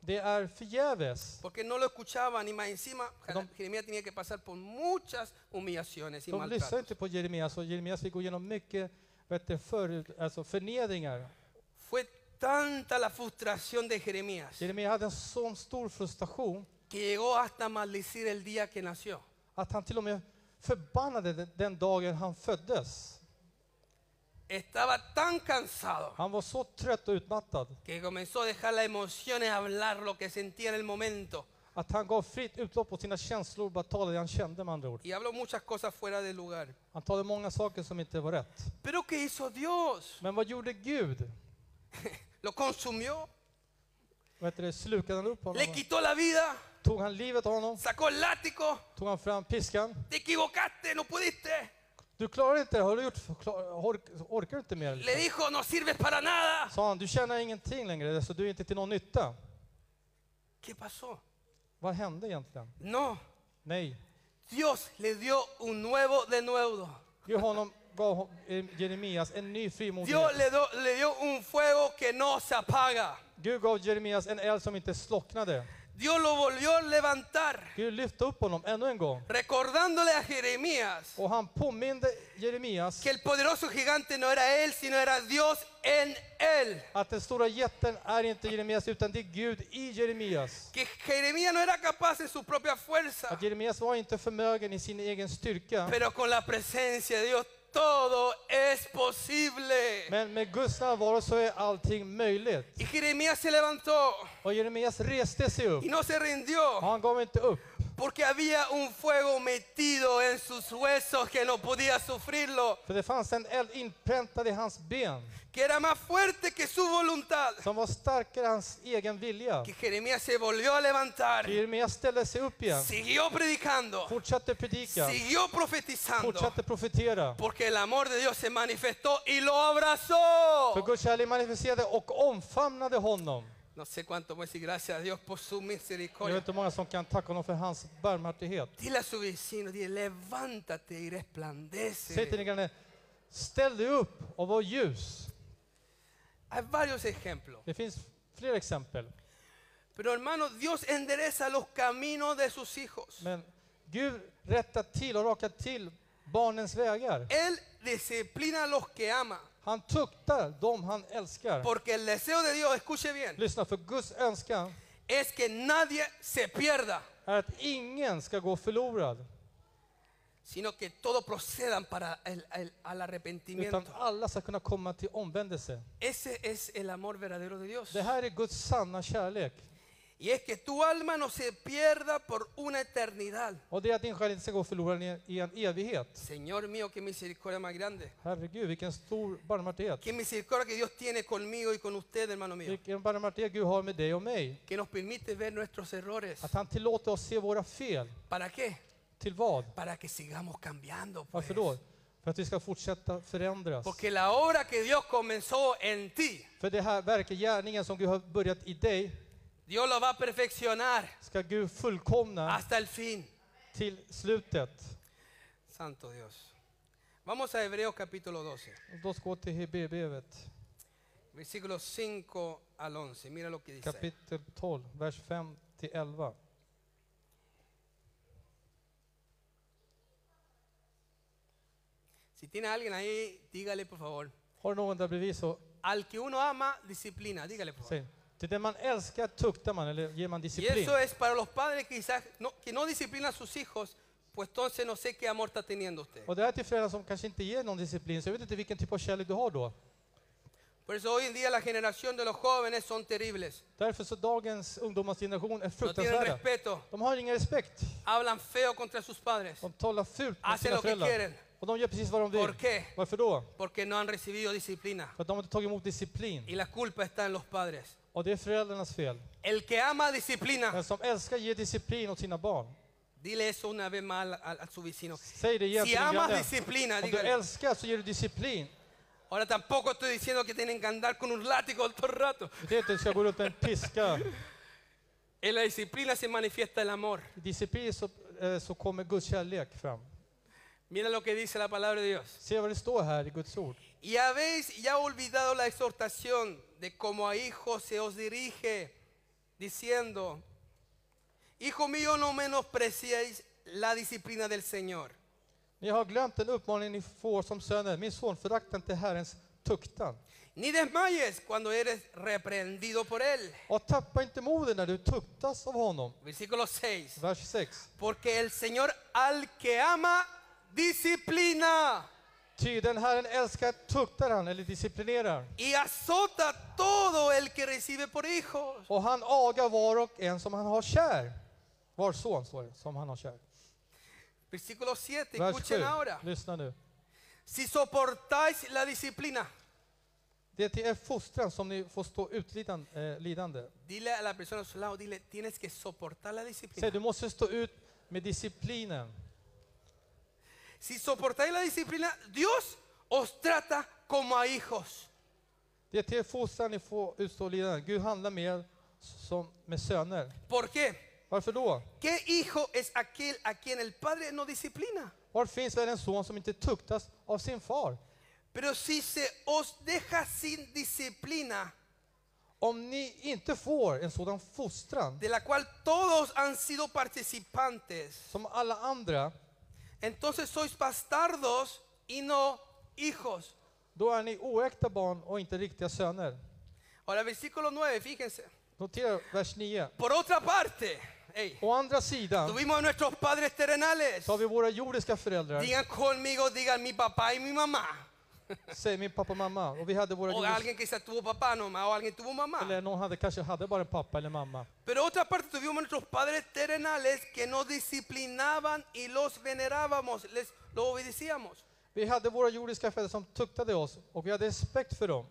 B: Det är förgäves.
A: Porque no lo escuchaban y más encima
B: Perdón.
A: Jeremías tenía que pasar por muchas humillaciones y
B: De lyssnade
A: maltratos.
B: inte på Jeremias och Jeremias fick gå igenom mycket vet du, förut, alltså förnedringar.
A: Fue tanta la frustración de Jeremías
B: Jeremia hade en sån stor frustration
A: que llegó hasta maldecir el día que nació.
B: att han till och med förbannade den- den dagen han föddes.
A: Estaba tan cansado
B: Han var så trött och utmattad
A: que comenzó a dejar las emociones hablar lo que sentía en el momento.
B: att han gav fritt utlopp åt sina känslor och bara talade det han kände med andra ord.
A: Y habló muchas cosas fuera de lugar.
B: Han talade många saker som inte var rätt.
A: Pero ¿qué hizo Dios?
B: Men vad gjorde Gud?
A: Lo consumió,
B: Vet du, det, slukade han upp honom?
A: le quitó la vida,
B: Tog han livet av honom?
A: sacó el látigo,
B: Tog han fram piskan?
A: te equivocaste, no pudiste.
B: Du klarar inte det, har du gjort, klar, ork, orkar du inte mer?
A: Le dijo, no sirves para nada.
B: Sa han, du tjänar ingenting längre, så du är inte till någon nytta.
A: ¿Qué pasó?
B: Vad hände egentligen?
A: No,
B: Nej,
A: Dios le dio un nuevo denuedo.
B: Gud honom gav hon- eh, Jeremias en ny
A: Dios
B: frimodighet.
A: le, do- le dio un fuego que no se apaga.
B: Gud gav Jeremias en eld som inte slocknade.
A: Dios lo volvió a levantar,
B: Gud lyfte upp honom ännu en gång.
A: recordándole a Jeremías
B: Och han påminde Jeremias
A: que el poderoso gigante no era él, sino era Dios en él.
B: att den stora jätten är inte Jeremias utan det är Gud i Jeremias.
A: Que Jeremías no era capaz en su propia fuerza,
B: Att Jeremias var inte förmögen i sin egen styrka.
A: pero con la presencia de Dios todo es posible.
B: Men med Guds närvaro så är allting möjligt.
A: Y Jeremías se levantó
B: Och Jeremias reste sig upp.
A: y no se rindió.
B: Och han gav inte upp.
A: Porque había un fuego metido en sus huesos que no podía sufrirlo,
B: För det fanns en eld inpräntad i hans ben.
A: que era más fuerte que su voluntad.
B: Som var starkare än hans egen vilja.
A: Que Jeremías se volvió a levantar,
B: Jeremias ställde sig upp igen.
A: siguió predicando,
B: Fortsatte predika.
A: siguió profetizando,
B: Fortsatte profetera.
A: porque el amor de Dios se manifestó y lo abrazó.
B: För Guds kärlek manifesterade och omfamnade honom.
A: No sé cuánto voy a decir gracias a Dios por su
B: Jag vet
A: misericordia.
B: inte hur många som kan tacka honom för hans barmhärtighet.
A: Dile a su vecino, dile, levántate y
B: Säg till
A: resplandece.
B: din granne, ställ dig upp och var ljus.
A: Hay varios ejemplos.
B: Det finns fler exempel.
A: Pero hermano, Dios endereza los caminos de sus hijos.
B: Men Gud rättar till och rakar till barnens vägar.
A: Él disciplina a los que ama,
B: Han tuktar dem han älskar.
A: porque el deseo de Dios, escuche bien,
B: Lyssna, för Guds önskan
A: es que nadie se pierda,
B: är att ingen ska gå förlorad,
A: sino que todos procedan para el, el- al
B: utan
A: arrepentimiento.
B: alla ska kunna komma till omvändelse.
A: Ese es el amor verdadero de Dios.
B: Det här är Guds sanna kärlek.
A: Y es que tu alma no se pierda por una eternidad.
B: Och det är att din själ inte ska gå förlorad i- i en evighet.
A: Señor mío, qué misericordia más grande.
B: Herregud, vilken stor barmhärtighet.
A: Qué misericordia que Dios tiene conmigo y con usted, hermano mío.
B: Vilken barmhärtighet Gud har med dig och mig.
A: Que nos permite ver nuestros errores.
B: Att han tillåter oss se våra fel.
A: ¿Para qué?
B: Till vad?
A: Para que sigamos cambiando. pues.
B: Varför då? För att vi ska fortsätta förändras.
A: Porque la obra que Dios comenzó en ti,
B: För det här verket, gärningen som Gud har börjat i dig,
A: Dios lo va a perfeccionar
B: ska Gud fullkomna
A: hasta el fin.
B: till slutet.
A: Santo Dios. Vamos a Hebreos capítulo 12,
B: Låt oss gå till Hebreerbrevet
A: versículos 5 al 11. Mira lo que dice. ahí.
B: kapitel 12, vers 5 till 11.
A: si tiene alguien ahí, dígale por favor.
B: Har du någon där bredvid så
A: Al que uno ama, disciplina. Dígale por favor.
B: säg, Till den man älskar tuktar man eller ger man
A: Y
B: disciplin.
A: eso es para los padres que quizás no, que no disciplinan a sus hijos, pues entonces no sé qué amor está teniendo usted.
B: Och det här är till föräldrar som kanske inte ger någon disciplin, så jag vet inte vilken typ av kärlek du har då.
A: Por eso hoy en día la generación de los jóvenes son terribles.
B: Därför så dagens ungdomars generation är
A: No tienen
B: fruktansvärda.
A: respeto,
B: De har ingen respekt.
A: hablan feo contra sus padres
B: De talar fult
A: Hacen
B: med sina
A: lo que quieren.
B: föräldrar. Och de gör precis vad de
A: ¿Por
B: vill.
A: qué?
B: Varför då?
A: porque no han recibido disciplina.
B: För att de har inte tagit emot disciplin.
A: Y la culpa está en los padres.
B: Och det är föräldrarnas fel.
A: El que ama disciplina.
B: Den som älskar ger disciplin åt sina barn.
A: Dile eso una vez más al- al- a, su vecino.
B: Säg det igen
A: Si
B: till din
A: amas
B: granne.
A: disciplina,
B: Om du
A: dígale.
B: älskar så ger du disciplin.
A: Ahora tampoco estoy diciendo que tienen que andar con un látigo todo el rato.
B: Det är inte att du ska gå runt med en piska.
A: En la disciplina se manifiesta el amor.
B: I disciplin så, eh, så kommer Guds kärlek fram.
A: Mira lo que dice la palabra de Dios.
B: Se vad det står här i Guds ord.
A: Y habéis ya olvidado la exhortación de cómo a hijos se os dirige, diciendo, Hijo mío, no menospreciéis la disciplina del Señor,
B: Ni har glömt den uppmaning ni får som söner. Min son, förakta inte Herrens tuktan.
A: ni desmayes cuando eres reprendido por Él.
B: Och tappa inte modet när du tuktas av honom.
A: Versículo 6.
B: Vers 6.
A: Porque el Señor al que ama, disciplina
B: Ty den Herren älskar tuktar han, eller disciplinerar.
A: y azota todo el que recibe por hijos.
B: Och han agar var och en som han har kär. Var son, står det, som han har kär.
A: Versículo 7.
B: Vers
A: Escuchen
B: 7.
A: ahora.
B: Lyssna nu.
A: Si soportáis la disciplina,
B: Det är till er fostran som ni får stå ut lidan, eh, lidande.
A: Dile a la persona a su lado, dile, tienes que soportar la
B: Säg, du
A: disciplina.
B: måste stå ut med disciplinen.
A: Si soportáis la disciplina, Dios os trata como a hijos.
B: Det är till er fostran ni får utstå lidande. Gud handlar med er som med söner.
A: ¿Por qué?
B: Varför då?
A: ¿Qué hijo es aquel a quien el padre no disciplina?
B: Var finns väl en son som inte tuktas av sin far?
A: Pero si se os deja sin disciplina,
B: Om ni inte får en sådan fostran
A: de la cual todos han sido participantes,
B: som alla andra,
A: entonces sois bastardos y no hijos.
B: då är ni oäkta barn och inte riktiga söner.
A: Ahora, versículo 9, fíjense.
B: Notera vers 9.
A: Por otra parte, hey,
B: Å andra sidan
A: tuvimos a nuestros padres terrenales.
B: så har vi våra jordiska föräldrar,
A: Digan conmigo, digan mi papá y mi mamá.
B: säger min pappa och mamma. Och vi hade våra
A: O
B: jordiska
A: alguien quizás tuvo papá nomás, o alguien tuvo mamá.
B: eller någon hade kanske hade bara en pappa eller mamma.
A: Pero otra parte tuvimos nuestros padres terrenales que nos disciplinaban y los venerábamos, les lo obedecíamos.
B: Vi hade våra jordiska fäder som tuktade oss och vi hade respekt för dem.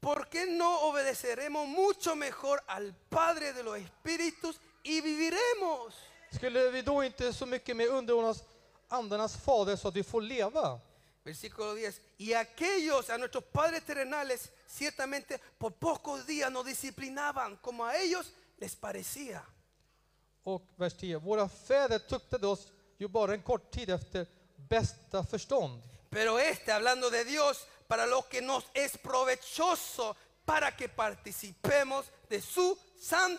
A: ¿Por qué no obedeceremos mucho mejor al Padre de los Espíritus y viviremos?
B: Skulle vi då inte så mycket mer underordna oss andarnas fader så att vi får leva?
A: Versículo 10. Y aquellos a nuestros padres terrenales ciertamente por pocos días nos disciplinaban como a ellos les parecía.
B: Och vers 10. Våra fäder tuktade oss ju bara en kort tid efter bästa förstånd.
A: Pero este, hablando de Dios, para lo que nos es provechoso, para que participemos de su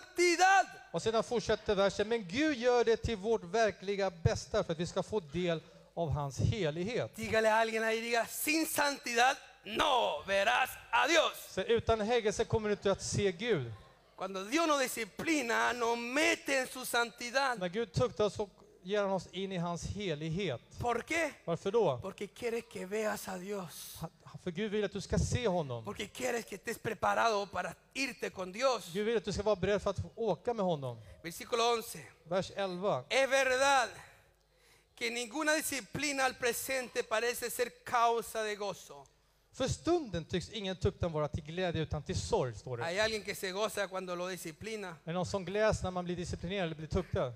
A: santidad.
B: Och sedan fortsätter versen. Men Gud gör det till vårt verkliga bästa för att vi ska få del av hans helighet.
A: Dígale a alguien ahí, diga, sin santidad no verás a Dios.
B: Så utan helgelse kommer du inte att se Gud.
A: Cuando Dios nos disciplina, nos mete en su santidad.
B: När Gud tuktar oss så ger han oss in i hans helighet.
A: ¿Por qué?
B: Varför då?
A: Porque quieres que veas a Dios.
B: Han- För Gud vill att du ska se honom.
A: Porque quieres que estés preparado para irte con Dios.
B: Gud vill att du ska vara beredd för att åka med honom.
A: Versículo 11.
B: Vers 11.
A: Es verdad que ninguna disciplina al presente parece ser causa de gozo.
B: För stunden tycks ingen tuktan vara till glädje utan till sorg, står det.
A: Hay alguien que se goza cuando lo disciplina.
B: Är det någon som gläds när man blir disciplinerad eller blir tuktad?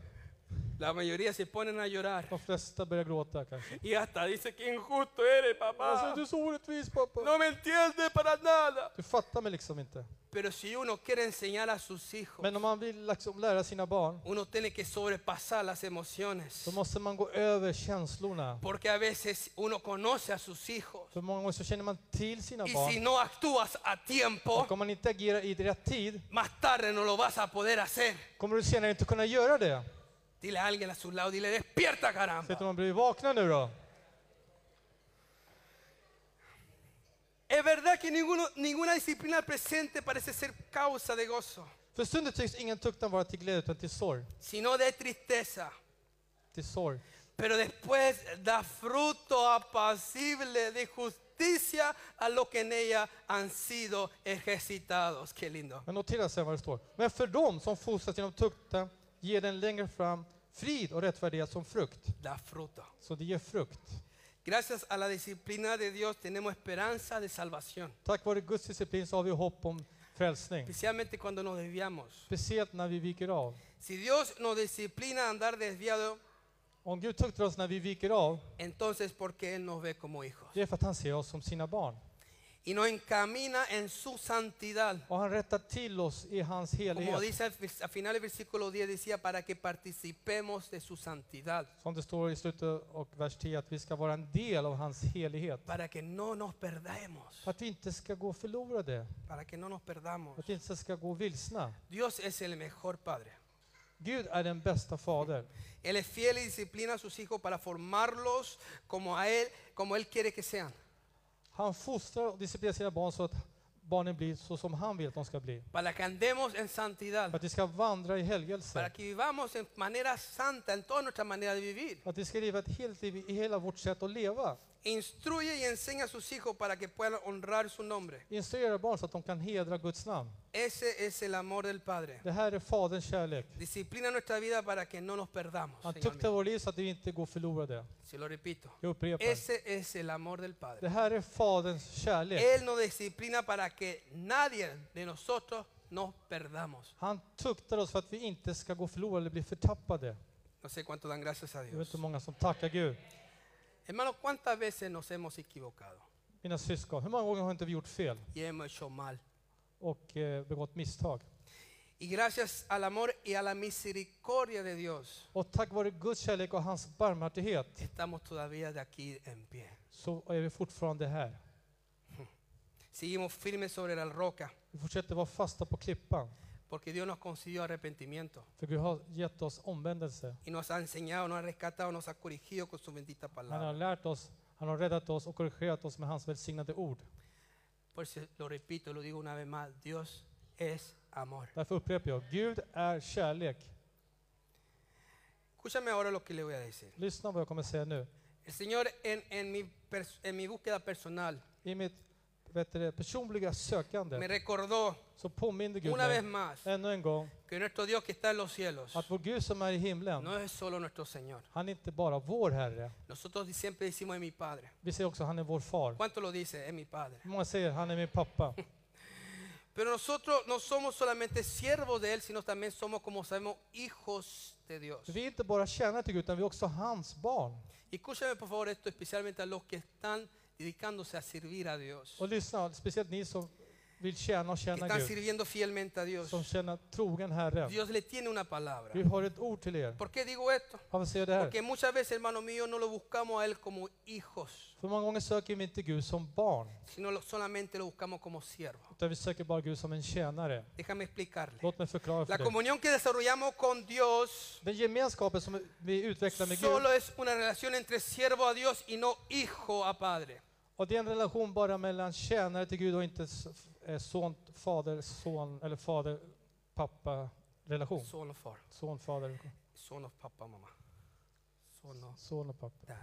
A: La mayoría se ponen a llorar.
B: De flesta börjar gråta kanske.
A: Y hasta dice que injusto eres, papá.
B: Alltså, du är så orättvis pappa.
A: No me entiendes para nada.
B: Du fattar mig liksom inte.
A: Pero si uno quiere enseñar a sus hijos,
B: Men om man vill liksom lära sina barn,
A: uno tiene que sobrepasar las emociones.
B: då måste man gå över känslorna.
A: Porque a veces uno conoce a sus hijos.
B: För många gånger så känner man till sina
A: Y si
B: barn.
A: no actúas a tiempo,
B: Och om man inte agerar i rätt tid,
A: más tarde no lo vas a poder hacer.
B: kommer du senare inte kunna göra det.
A: Dile a alguien a su lado, dile, despierta
B: Så att
A: caramba.
B: man blir vakna nu då.
A: Es verdad que ninguno- ninguna disciplina al presente parece ser causa de gozo,
B: För stunden tycks ingen tuktan vara till glädje utan till sorg.
A: sino de tristeza.
B: Till sorg.
A: Pero después da fruto apacible de justicia a lo que en ella han sido ejercitados. Qué lindo.
B: Men notera sen vad det står. Men för dem som fostras genom tuktan ger den längre fram frid och rättfärdighet som frukt.
A: Da fruto.
B: Så det ger frukt.
A: Gracias a la disciplina de Dios tenemos esperanza de salvación,
B: Tack vare Guds disciplin så har vi hopp om frälsning.
A: especialmente cuando nos desviamos.
B: Speciellt när vi viker av.
A: Si Dios nos disciplina a andar desviado,
B: Om Gud tuktar oss när vi viker av,
A: entonces porque Él nos ve como hijos
B: det är för att han ser oss som sina barn.
A: y nos encamina en su santidad.
B: Och han rättar till oss i hans
A: Como
B: helighet.
A: dice al vers- al final del versículo 10, decía, para que participemos de su santidad,
B: Som det står i slutet och vers 10, att vi ska vara en del av hans helighet.
A: para que no nos perdamos,
B: För att vi inte ska gå förlorade,
A: para que no nos
B: för
A: perdamos.
B: att vi inte ska gå vilsna.
A: Dios es el mejor Padre.
B: Gud är den bästa fader.
A: Él es fiel y disciplina a sus hijos para formarlos como a Él, como Él quiere que sean.
B: Han fostrar och disciplinerar sina barn så att barnen blir så som han vill att de ska bli.
A: Para que andemos en
B: För
A: santidad,
B: att vi ska vandra i helgelse.
A: para que vivamos en manera santa, en toda nuestra manera de vivir.
B: För att vi ska leva ett helt liv i hela vårt sätt att leva.
A: Instruye y enseña a sus hijos para que puedan honrar su nombre.
B: Instruera barn så att de kan hedra Guds namn.
A: Ese es el amor del Padre.
B: Det här är Faderns kärlek.
A: Disciplina nuestra vida para que no nos perdamos.
B: Han
A: Señor
B: tuktar
A: mío.
B: vårt liv så att vi inte går förlorade.
A: Se lo repito.
B: Jag upprepar.
A: Ese es el amor del
B: Det
A: Padre.
B: här är Faderns kärlek.
A: Él nos disciplina para que nadie de nosotros nos perdamos.
B: Han tuktar oss för att vi inte ska gå förlorade eller bli förtappade.
A: No sé cuánto dan gracias a
B: Det är väl
A: Dios.
B: inte många som tackar Gud.
A: Hermanos, ¿cuántas veces nos hemos equivocado
B: Mina syskon, hur många gånger har inte vi gjort fel
A: y hemos hecho mal?
B: och eh, begått misstag?
A: Y gracias al amor y a la misericordia de Dios,
B: Och tack vare Guds kärlek och hans barmhärtighet
A: estamos todavía de aquí en pie.
B: så är vi fortfarande här.
A: Seguimos firmes sobre la roca,
B: Vi fortsätter vara fasta på klippan.
A: porque Dios nos concedió arrepentimiento
B: För Gud har gett oss omvändelse.
A: y nos ha enseñado, nos ha rescatado, nos ha corregido con su bendita
B: Han har
A: palabra.
B: lärt oss, han har räddat oss och korrigerat oss med hans välsignade ord.
A: Por eso lo repito, lo digo una vez más, Dios es amor.
B: Därför upprepar jag, Gud är kärlek.
A: Escúchame ahora lo que le voy a decir.
B: Lyssna vad jag kommer säga nu.
A: El Señor en, en mi, pers- en mi búsqueda personal
B: I mitt vet du, det, personliga
A: me
B: sökande
A: recordó
B: så påminner Gud
A: una vez
B: mig
A: más
B: ännu en gång
A: que nuestro Dios que está en los cielos
B: att vår Gud som är i himlen,
A: no es solo nuestro Señor.
B: han är inte bara vår Herre.
A: Nosotros siempre decimos en mi Padre.
B: Vi säger också han är vår far.
A: ¿Cuánto lo dice? Es mi Padre.
B: Hur många säger han är min pappa?
A: Pero nosotros no somos solamente siervos de Él, sino también somos, como sabemos, hijos de Dios.
B: För vi är inte bara tjänare till Gud, utan vi är också hans barn.
A: Y escúchame por favor esto, especialmente a los que están dedicándose a servir a Dios,
B: Och lyssna, speciellt ni som vill tjäna och
A: que
B: känna
A: están
B: Gud,
A: sirviendo fielmente a Dios.
B: som känner trogen Herren.
A: Dios le tiene una palabra.
B: Gud har ett ord till er.
A: ¿Por qué digo esto?
B: Varför säger jag det
A: Porque
B: här?
A: muchas veces, hermano mío, no lo buscamos a Él como hijos,
B: För många gånger söker vi inte Gud som barn,
A: sino lo- solamente lo buscamos como siervos.
B: utan vi söker bara Gud som en tjänare.
A: Déjame explicarle.
B: Låt mig förklara för
A: La
B: dig.
A: comunión que desarrollamos con Dios
B: Den gemenskapen som vi utvecklar med Gud,
A: solo es una relación entre siervo a Dios y no hijo a padre.
B: och det är en relation bara mellan tjänare till Gud och inte s- eh, son, fader, son eller fader, pappa relation.
A: Son of far,
B: Son, fader,
A: son of papá, mamá. Son of
B: son och pappa.
A: dad,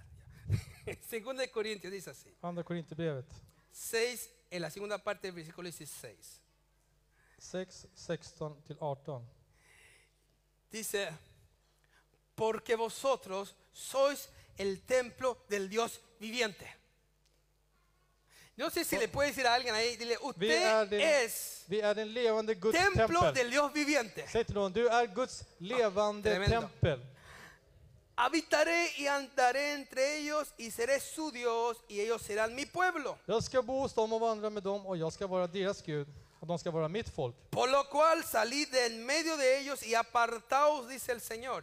A: ya. (laughs) Segunda de Corintios dice así.
B: Andra Korinthierbrevet
A: 6, en la segunda parte del versículo 16.
B: 6, 16 till 18.
A: Dice, porque vosotros sois el templo del Dios viviente. No sé si le puede decir a alguien ahí, dile,
B: are
A: usted
B: the-
A: es
B: Vi är den levande Guds
A: templo
B: tempel.
A: del Dios viviente.
B: Säg till någon, du är Guds levande
A: tremendo.
B: tempel.
A: Habitaré y andaré entre ellos y seré su Dios y ellos serán mi pueblo.
B: Jag ska bo hos dem och vandra med dem och jag ska vara deras Gud och de ska vara mitt folk.
A: Por lo cual salid de en medio de ellos y apartaos, dice el Señor,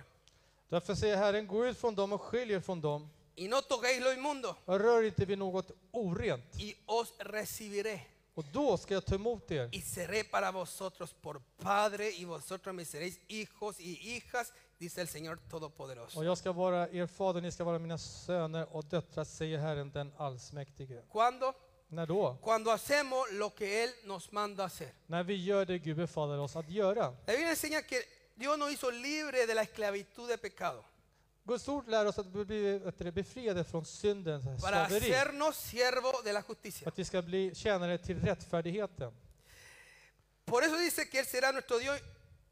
B: Därför säger Herren, gå ut från dem och skilj er från dem
A: y no toquéis lo inmundo
B: och rör inte vid något orent.
A: y os recibiré.
B: Och då ska jag ta emot er
A: Y seré para vosotros por padre y vosotros me seréis hijos y hijas, dice el Señor
B: och
A: Todopoderoso.
B: jag ska vara er fader, ni ska vara mina söner och döttrar, säger Herren den allsmäktige.
A: ¿Cuándo?
B: När då?
A: Cuando hacemos lo que Él nos manda hacer.
B: När vi gör det Gud befaller oss att göra.
A: La Biblia enseña que Dios nos hizo libre de la esclavitud de pecado
B: Guds ord lär oss att vi blir vet du, befriade från syndens
A: para
B: slaveri.
A: hacernos siervos de la justicia.
B: Att vi ska bli tjänare till rättfärdigheten.
A: Por eso dice que Él será nuestro Dios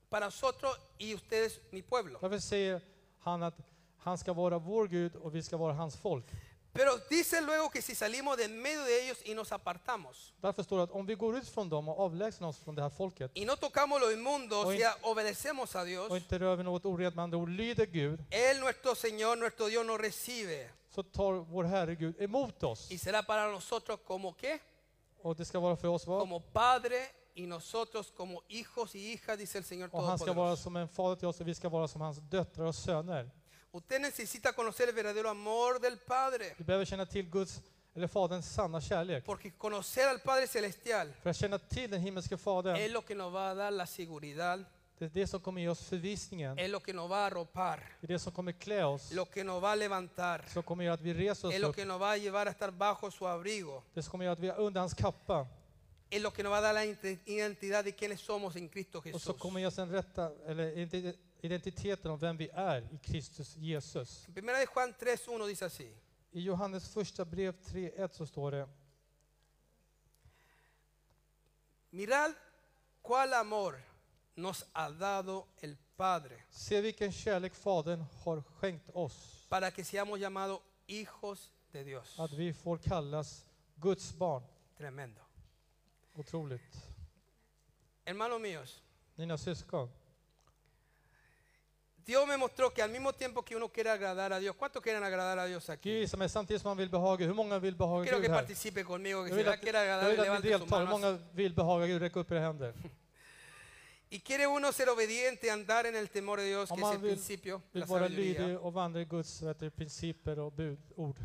A: para nosotros y ustedes mi pueblo.
B: Därför säger han att han ska vara vår Gud och vi ska vara hans folk.
A: Pero dice luego que si salimos de en medio de ellos y nos apartamos
B: Därför står det att om vi går ut från dem och avlägsnar oss från det här folket
A: y no tocamos lo inmundo, o
B: Hoy-
A: sea, obedecemos a Dios,
B: och inte rör vid något ored, med andra ord lyder Gud,
A: Él nuestro Señor, nuestro Dios nos recibe
B: så tar vår Herre Gud emot oss.
A: y será para nosotros como qué?
B: Och det ska vara för oss vad?
A: Como Padre y nosotros como hijos y hijas, dice el Señor
B: Och han ska vara
A: Todopoderoso.
B: som en fader till oss och vi ska vara som hans döttrar och söner.
A: Usted necesita conocer el verdadero amor del Padre,
B: Du behöver känna till Guds, eller Faderns sanna kärlek.
A: porque conocer al Padre Celestial
B: För att känna till den himmelske Fadern,
A: es lo que nos va a dar la seguridad,
B: det är det som kommer ge oss förvisningen.
A: es lo que nos va a arropar,
B: Det är det som kommer klä oss,
A: lo que nos va a levantar,
B: som kommer göra att vi reser oss
A: es lo
B: upp.
A: que nos va a llevar a estar bajo su abrigo.
B: Det som kommer göra att vi är under hans kappa.
A: es lo que nos va a dar la inte- identidad de quienes somos en Cristo
B: Och
A: Jesús.
B: så kommer ge oss den rätta, eller identi- identiteten om vem vi är i Kristus Jesus.
A: En primera de Juan 3.1 dice así,
B: I Johannes första brev 3.1 så står det
A: mirad cuál amor nos ha dado el Padre
B: Se vilken kärlek Fadern har skänkt oss,
A: para que seamos llamados hijos de Dios.
B: att vi får kallas Guds barn.
A: Tremendo.
B: Otroligt.
A: Hermanos míos,
B: Mina syskon,
A: Dios me mostró que al mismo tiempo que uno quiere agradar a Dios, ¿cuántos quieren agradar a Dios aquí?
B: Gud visar mig samtidigt som han vill behaga. Hur många vill behaga
A: Quiero
B: Gud
A: que
B: här?
A: participe conmigo, que
B: Jag
A: si
B: vill
A: la
B: att,
A: quiere
B: jag
A: agradar,
B: vill att
A: levante
B: ni
A: su
B: deltar. Hur
A: mano.
B: många vill behaga Gud? Räck upp era (laughs) händer.
A: Y quiere uno ser obediente, andar en el temor de Dios, que es
B: Amado,
A: el
B: vill-
A: principio,
B: Vill
A: la
B: vara
A: sabiduría.
B: lydig och vandra i Guds vet du, principer och budord.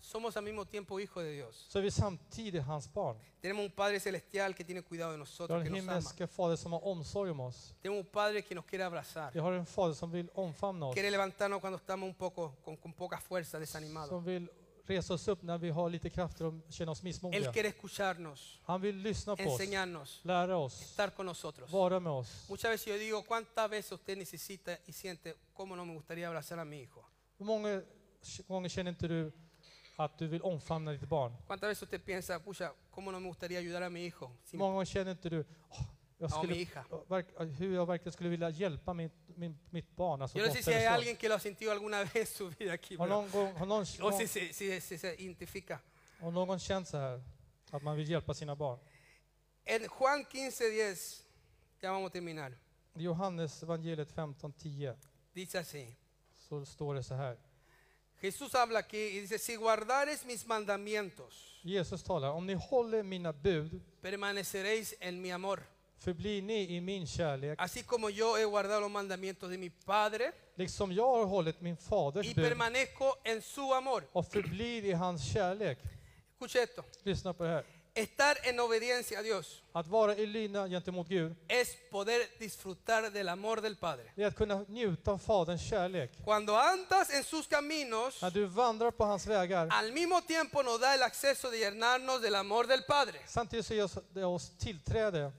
A: Somos al mismo tiempo hijos de Dios.
B: Så är vi samtidigt hans barn.
A: Tenemos un Padre celestial que tiene cuidado de
B: Vi har
A: nosotros, que
B: en
A: nos ama.
B: himmelske fader som har omsorg om oss.
A: Tenemos un Padre que nos quiere abrazar,
B: Vi har en fader som vill omfamna oss.
A: quiere levantarnos cuando estamos un poco con, con poca fuerza, desanimados.
B: Som vill resa oss upp när vi har lite krafter och känner oss
A: Él
B: missmodiga.
A: quiere escucharnos,
B: Han vill lyssna på oss,
A: enseñarnos,
B: lära oss,
A: estar con nosotros.
B: vara med oss.
A: Muchas veces yo digo, ¿cuántas veces usted necesita y siente cómo no me gustaría abrazar a mi hijo?
B: Hur många gånger känner inte du att du vill omfamna ditt barn?
A: ¿Cuántas veces usted piensa, pucha, cómo no me gustaría ayudar a mi hijo? Si
B: Hur
A: me-
B: många gånger känner inte du "Åh, jag
A: Ja,
B: skulle,
A: min hija."
B: verk, hur jag verkligen skulle vilja hjälpa min, min, mitt barn? Alltså
A: Yo no sé
B: dotter
A: si hay
B: eller son.
A: alguien que lo ha sentido alguna (laughs) vez en su vida aquí,
B: har
A: pero-
B: någon, gång, har, någon,
A: (laughs) o si se- si se- se identifica.
B: har någon känt så här? Att man vill hjälpa sina barn?
A: En Juan 15, 10, ya vamos a terminar,
B: I Johannes evangeliet 15.10
A: dice así.
B: så står det så här.
A: Jesús habla aquí y dice, si guardares mis mandamientos,
B: Jesus talar, om ni håller mina bud
A: permaneceréis en mi amor.
B: förblir ni i min kärlek,
A: Así como yo he guardado los mandamientos de mi Padre
B: liksom jag har hållit min
A: y
B: faders bud
A: permanezco en su amor.
B: och förblir i hans kärlek.
A: Escucha esto,
B: Lyssna på det här.
A: estar en obediencia a Dios
B: Att vara i lydnad gentemot Gud,
A: es poder disfrutar del amor del Padre.
B: det är att kunna njuta av faderns kärlek.
A: Cuando andas en sus caminos,
B: När du vandrar på hans vägar,
A: al mismo tiempo nos da el acceso de llenarnos del amor del Padre.
B: samtidigt så ger oss- det oss tillträde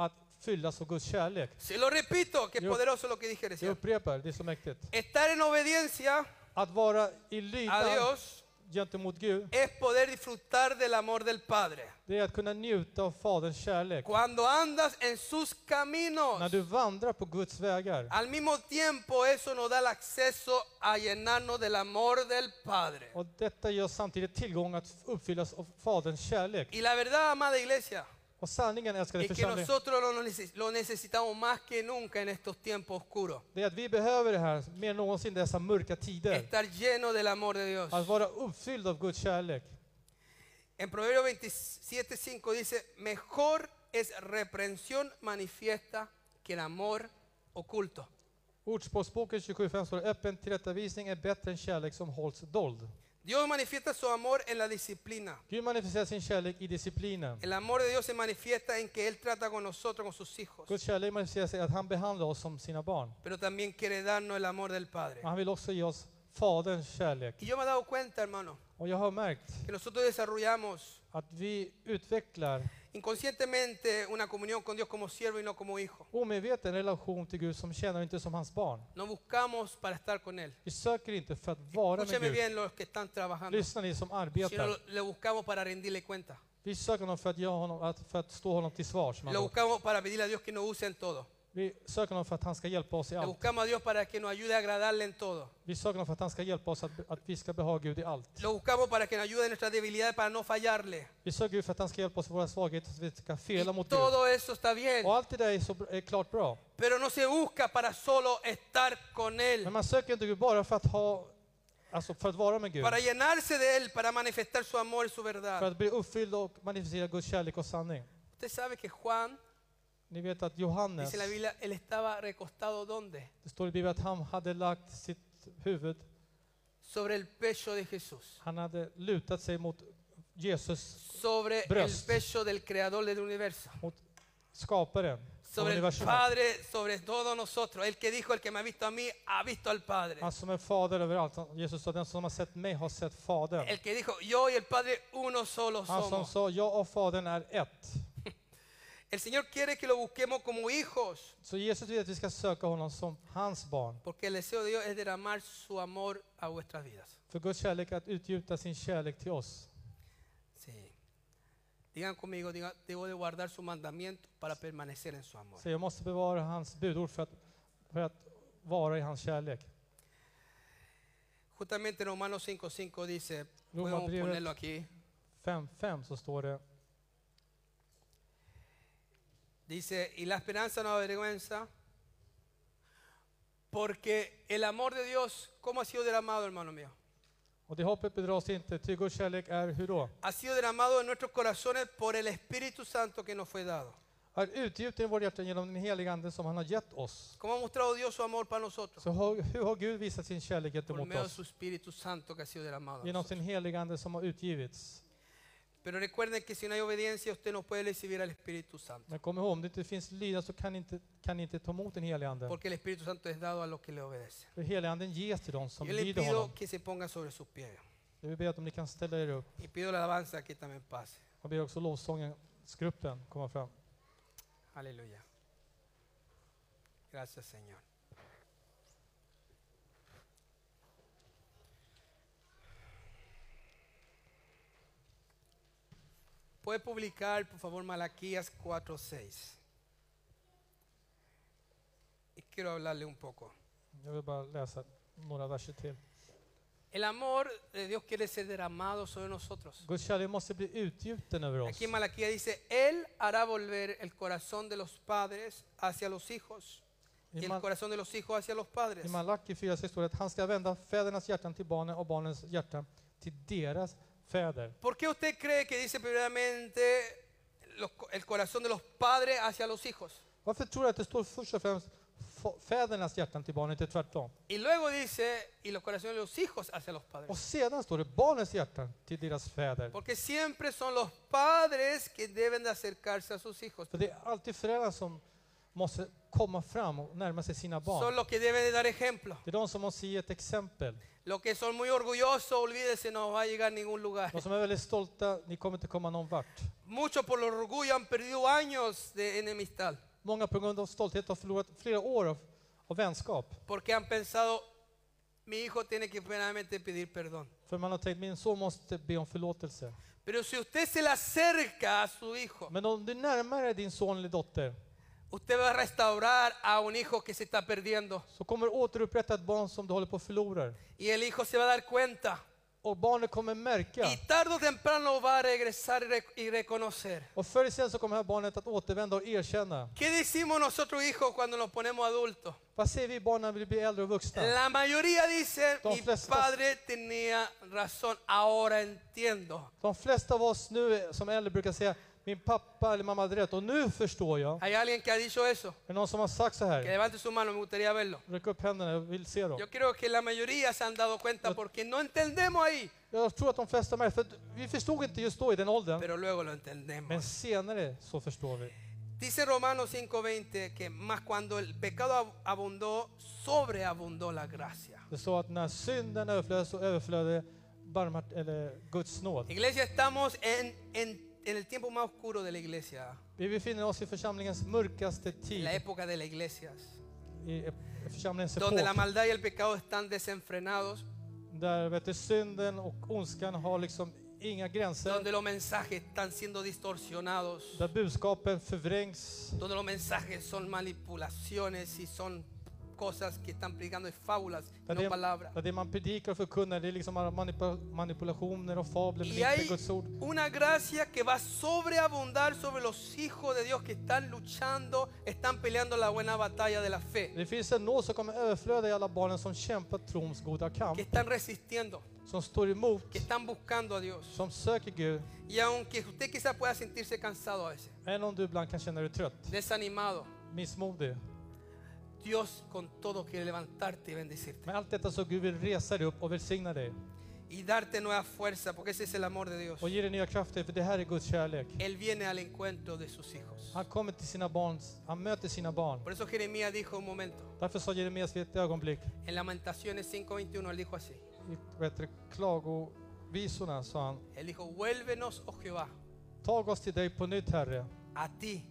B: att fyllas av Guds kärlek.
A: Se lo repito, que
B: Yo-
A: poderoso lo que dije
B: Jag
A: recién.
B: upprepar, det är så mäktigt.
A: Estar en obediencia
B: Att vara i
A: a
B: lydnad
A: Dios
B: gentemot Gud,
A: es poder disfrutar del amor del Padre.
B: det är att kunna njuta av faderns kärlek.
A: Cuando andas en sus
B: När
A: caminos,
B: du vandrar på Guds vägar,
A: al mismo tiempo eso nos da el acceso a llenarnos del amor del Padre.
B: och detta ger oss samtidigt tillgång att uppfyllas av faderns kärlek.
A: Y la verdad, amada iglesia,
B: Och sanningen, älskade
A: es que
B: församling,
A: nosotros lo, neces- lo necesitamos más que nunca en estos tiempos oscuros.
B: det är att vi behöver det här mer än någonsin i dessa mörka tider.
A: Estar lleno del amor de Dios.
B: Att vara uppfylld av Guds kärlek.
A: En Proverbios 27, 5 dice, mejor es reprensión manifiesta que el amor oculto.
B: Ordspråksboken 27.5 står det, öppen tillrättavisning är bättre än kärlek som hålls dold.
A: Dios manifiesta su amor en la disciplina.
B: Gud manifesterar sin kärlek i disciplinen.
A: El amor de Dios se manifiesta en que Él trata con nosotros, con sus hijos.
B: Guds kärlek manifesterar sig i att han behandlar oss som sina barn.
A: Pero también quiere darnos el amor del Padre.
B: Men han vill också ge oss Faderns kärlek.
A: Y yo me he dado cuenta, hermano,
B: Och jag har märkt
A: que nosotros desarrollamos
B: att vi utvecklar
A: inconscientemente una comunión con Dios como siervo y no como hijo.
B: omedveten relation till Gud som tjänar inte som hans barn.
A: No buscamos para estar con Él.
B: Vi söker inte för att vara med
A: Escúcheme
B: Gud.
A: bien los que están trabajando,
B: Lyssna ni som
A: sino
B: arbetar.
A: lo- le buscamos para rendirle cuenta.
B: Vi söker honom för att, göra honom, att, för att stå honom till svars. man
A: Lo
B: vet.
A: buscamos para pedirle a Dios que nos use en todo.
B: Vi söker honom för att han ska hjälpa oss i
A: Le
B: allt.
A: buscamos a Dios para que nos ayude a agradarle en todo.
B: Vi söker honom för att han ska hjälpa oss att, att vi ska behaga Gud i allt.
A: Lo buscamos para que nos ayude en nuestras debilidades para no fallarle.
B: Vi söker Gud för att han ska hjälpa oss i våra svagheter så att vi inte ska
A: Y
B: fela mot Gud.
A: todo eso está bien,
B: Och allt det där är, så, br- är klart bra.
A: pero no se busca para solo estar con Él,
B: Men man söker inte Gud bara för att, ha, alltså för att vara med Gud.
A: para llenarse de Él, para manifestar su amor y su
B: För
A: verdad.
B: att bli uppfylld och manifestera Guds kärlek och sanning.
A: Usted sabe que Juan,
B: Ni vet att Johannes,
A: dice la Biblia, él estaba recostado ¿dónde?
B: det står i Bibeln att han hade lagt sitt huvud,
A: Sobre el pecho de Jesús,
B: han hade lutat sig mot Jesus,
A: sobre el
B: Bröst.
A: pecho del Creador del universo.
B: mot skaparen av
A: sobre el
B: universum.
A: Padre, sobre todos nosotros. El que dijo, el que me ha visto a mí, ha visto al Padre.
B: Han som är fader överallt. Han- Jesus sa, den som har sett mig har sett fadern.
A: El que dijo, yo y el Padre uno solo
B: Han som
A: somos.
B: sa, jag och fadern är ett.
A: El Señor quiere que lo busquemos como hijos,
B: Så Jesus vill att vi ska söka honom som hans barn.
A: porque el deseo de Dios es derramar su amor a vuestras vidas.
B: För Guds kärlek är att utgjuta sin kärlek till oss.
A: Sí. Digan conmigo, diga, debo de guardar su mandamiento para permanecer en su amor.
B: Så jag måste bevara hans budord för att, för att vara i hans kärlek.
A: Justamente en Romanos 5.5 dice,
B: Roma
A: podemos
B: breve.
A: ponerlo aquí,
B: 5.5 så står det,
A: dice, y la esperanza no avergüenza, porque el amor de Dios, ¿cómo ha sido derramado, hermano mío?
B: och det hoppet bedras inte, ty Guds kärlek är hur då?
A: ha sido derramado en nuestros corazones por el Espíritu Santo que nos fue dado.
B: Är utgjuten i vårt hjärta genom den heliga Ande som han har gett oss.
A: ¿Cómo ha mostrado Dios su amor para nosotros?
B: Så har, hur har Gud visat sin kärlek
A: Por
B: gentemot
A: medio de
B: oss?
A: su Espíritu Santo que ha sido derramado. a
B: Genom
A: nosotros.
B: sin heliga Ande som har utgivits.
A: Pero recuerden que si no hay obediencia, usted no puede recibir al Espíritu Santo.
B: Men kom ihåg, om det inte finns lydnad så kan ni inte, kan ni inte ta emot den helige Anden.
A: Porque el Espíritu Santo es dado a los que le obedecen.
B: För helige Anden ges till de
A: Yo
B: som
A: le
B: lyder honom.
A: pido que se ponga sobre sus pies.
B: Jag vill be att om ni kan ställa er upp.
A: Y pido la alabanza que también pase.
B: Jag ber också lovsångsgruppen komma fram.
A: Aleluya. Gracias, Señor. Puede publicar, por favor, Malaquías 4:6. Y quiero hablarle un poco.
B: Jag vill bara läsa några verser till.
A: El amor de Dios quiere ser derramado sobre nosotros.
B: Guds kärlek måste bli utgjuten över oss.
A: Aquí en Malaquías dice, Él hará volver el corazón de los padres hacia los hijos y
B: I,
A: el
B: Mal-
A: corazón de los hijos hacia los padres.
B: I Malaki 4 står det att han ska vända fädernas hjärtan till barnen och barnens hjärtan till deras fäder.
A: ¿Por qué usted cree que dice primeramente los co- el corazón de los padres hacia los hijos?
B: Varför tror du att det står först och främst fa- fädernas hjärtan till barnen, inte tvärtom?
A: Y luego dice, y los corazones de los hijos hacia los
B: Och
A: padres.
B: sedan står det barnens hjärtan till deras fäder.
A: Porque siempre son los padres que deben de acercarse a sus hijos.
B: För det är alltid föräldrar som måste komma fram och närma sig sina
A: Son
B: barn.
A: los que deben de dar ejemplo.
B: Det är de som måste ge ett exempel.
A: Los que son muy orgullosos, olvídese, no va a llegar a ningún lugar.
B: De som är väldigt stolta, ni kommer inte komma någon vart.
A: Muchos por el orgullo han perdido años de enemistad.
B: Många på grund av stolthet har förlorat flera år av, av vänskap.
A: Porque han pensado, mi hijo tiene que primeramente pedir perdón.
B: För man har tänkt, min son måste be om förlåtelse.
A: Pero si usted se le acerca a su hijo,
B: Men om du närmar dig din son eller dotter
A: Usted va a restaurar a un hijo que se está perdiendo.
B: så kommer du återupprätta ett barn som du håller på att förlora.
A: Y el hijo se va a dar cuenta.
B: Och barnet kommer märka.
A: Y tarde o temprano va a regresar y rec- y reconocer.
B: Och förr eller senare så kommer det här barnet att återvända och erkänna.
A: ¿Qué decimos nosotros, hijos, cuando nos ponemos adultos?
B: Vad säger vi barn när vi blir äldre och vuxna?
A: La mayoría dicen,
B: Don
A: mi
B: Flestas.
A: padre tenía razón, ahora entiendo.
B: De flesta av oss nu som är äldre brukar säga min pappa eller mamma hade rätt och nu förstår jag. Är
A: ¿Hay alguien que ha dicho eso?
B: det någon som har sagt så
A: Que
B: här?
A: levante su mano, me gustaría verlo.
B: Räck upp händerna, jag vill se dem.
A: Yo creo que la mayoría se han dado cuenta porque no entendemos ahí,
B: Jag tror att de flesta ¿Ah? märker, för att vi förstod inte just då i den åldern.
A: pero luego lo entendemos.
B: Men senare så förstår vi.
A: Dice Romanos 5:20 que más cuando el pecado ab- abundó, sobreabundó la gracia.
B: Det står att när synden överflödade så överflödade barmhärt- eller Guds nåd.
A: Iglesia, estamos en, en- en el tiempo más oscuro de la iglesia,
B: Vi befinner oss i församlingens mörkaste
A: en
B: tid,
A: la época de la iglesia,
B: i ep- församlingens epok,
A: donde la maldad y el pecado están desenfrenados,
B: där vet du, synden och ondskan har liksom inga gränser,
A: donde los mensajes están siendo distorsionados,
B: där budskapen förvrängs,
A: donde los mensajes son manipulaciones y son cosas que están predicando es fábulas,
B: där
A: no
B: det,
A: palabras.
B: där det man predikar och förkunnar det är liksom bara manipula- manipulationer och fabler, men
A: Y
B: inte
A: hay
B: Guds ord.
A: una gracia que va a sobreabundar sobre los hijos de Dios que están luchando, están peleando la buena batalla de la fe,
B: Det finns en nåd som kommer överflöda i alla barnen som kämpar trons goda kamp,
A: que están resistiendo,
B: som står emot,
A: que están buscando a Dios.
B: som söker Gud,
A: Y aunque usted quizás pueda sentirse cansado a veces,
B: även om du ibland kan känna dig trött,
A: desanimado,
B: missmodig.
A: Dios con todo quiere levantarte y bendecirte
B: Med allt detta så Gud vill resa dig upp och välsigna dig
A: y darte nueva fuerza, porque ese es el amor de Dios.
B: och ge dig nya krafter, för det här är Guds kärlek.
A: Él viene al encuentro de sus hijos.
B: Han kommer till sina barn, han möter sina barn.
A: Por eso Jeremías dijo un momento,
B: Därför sa Jeremias vid ett ögonblick,
A: en Lamentaciones 5:21, él dijo así,
B: i vad heter det, klagovisorna sa han,
A: él dijo, vuélvenos, oh Jehová,
B: tag oss till dig på nytt Herre,
A: a ti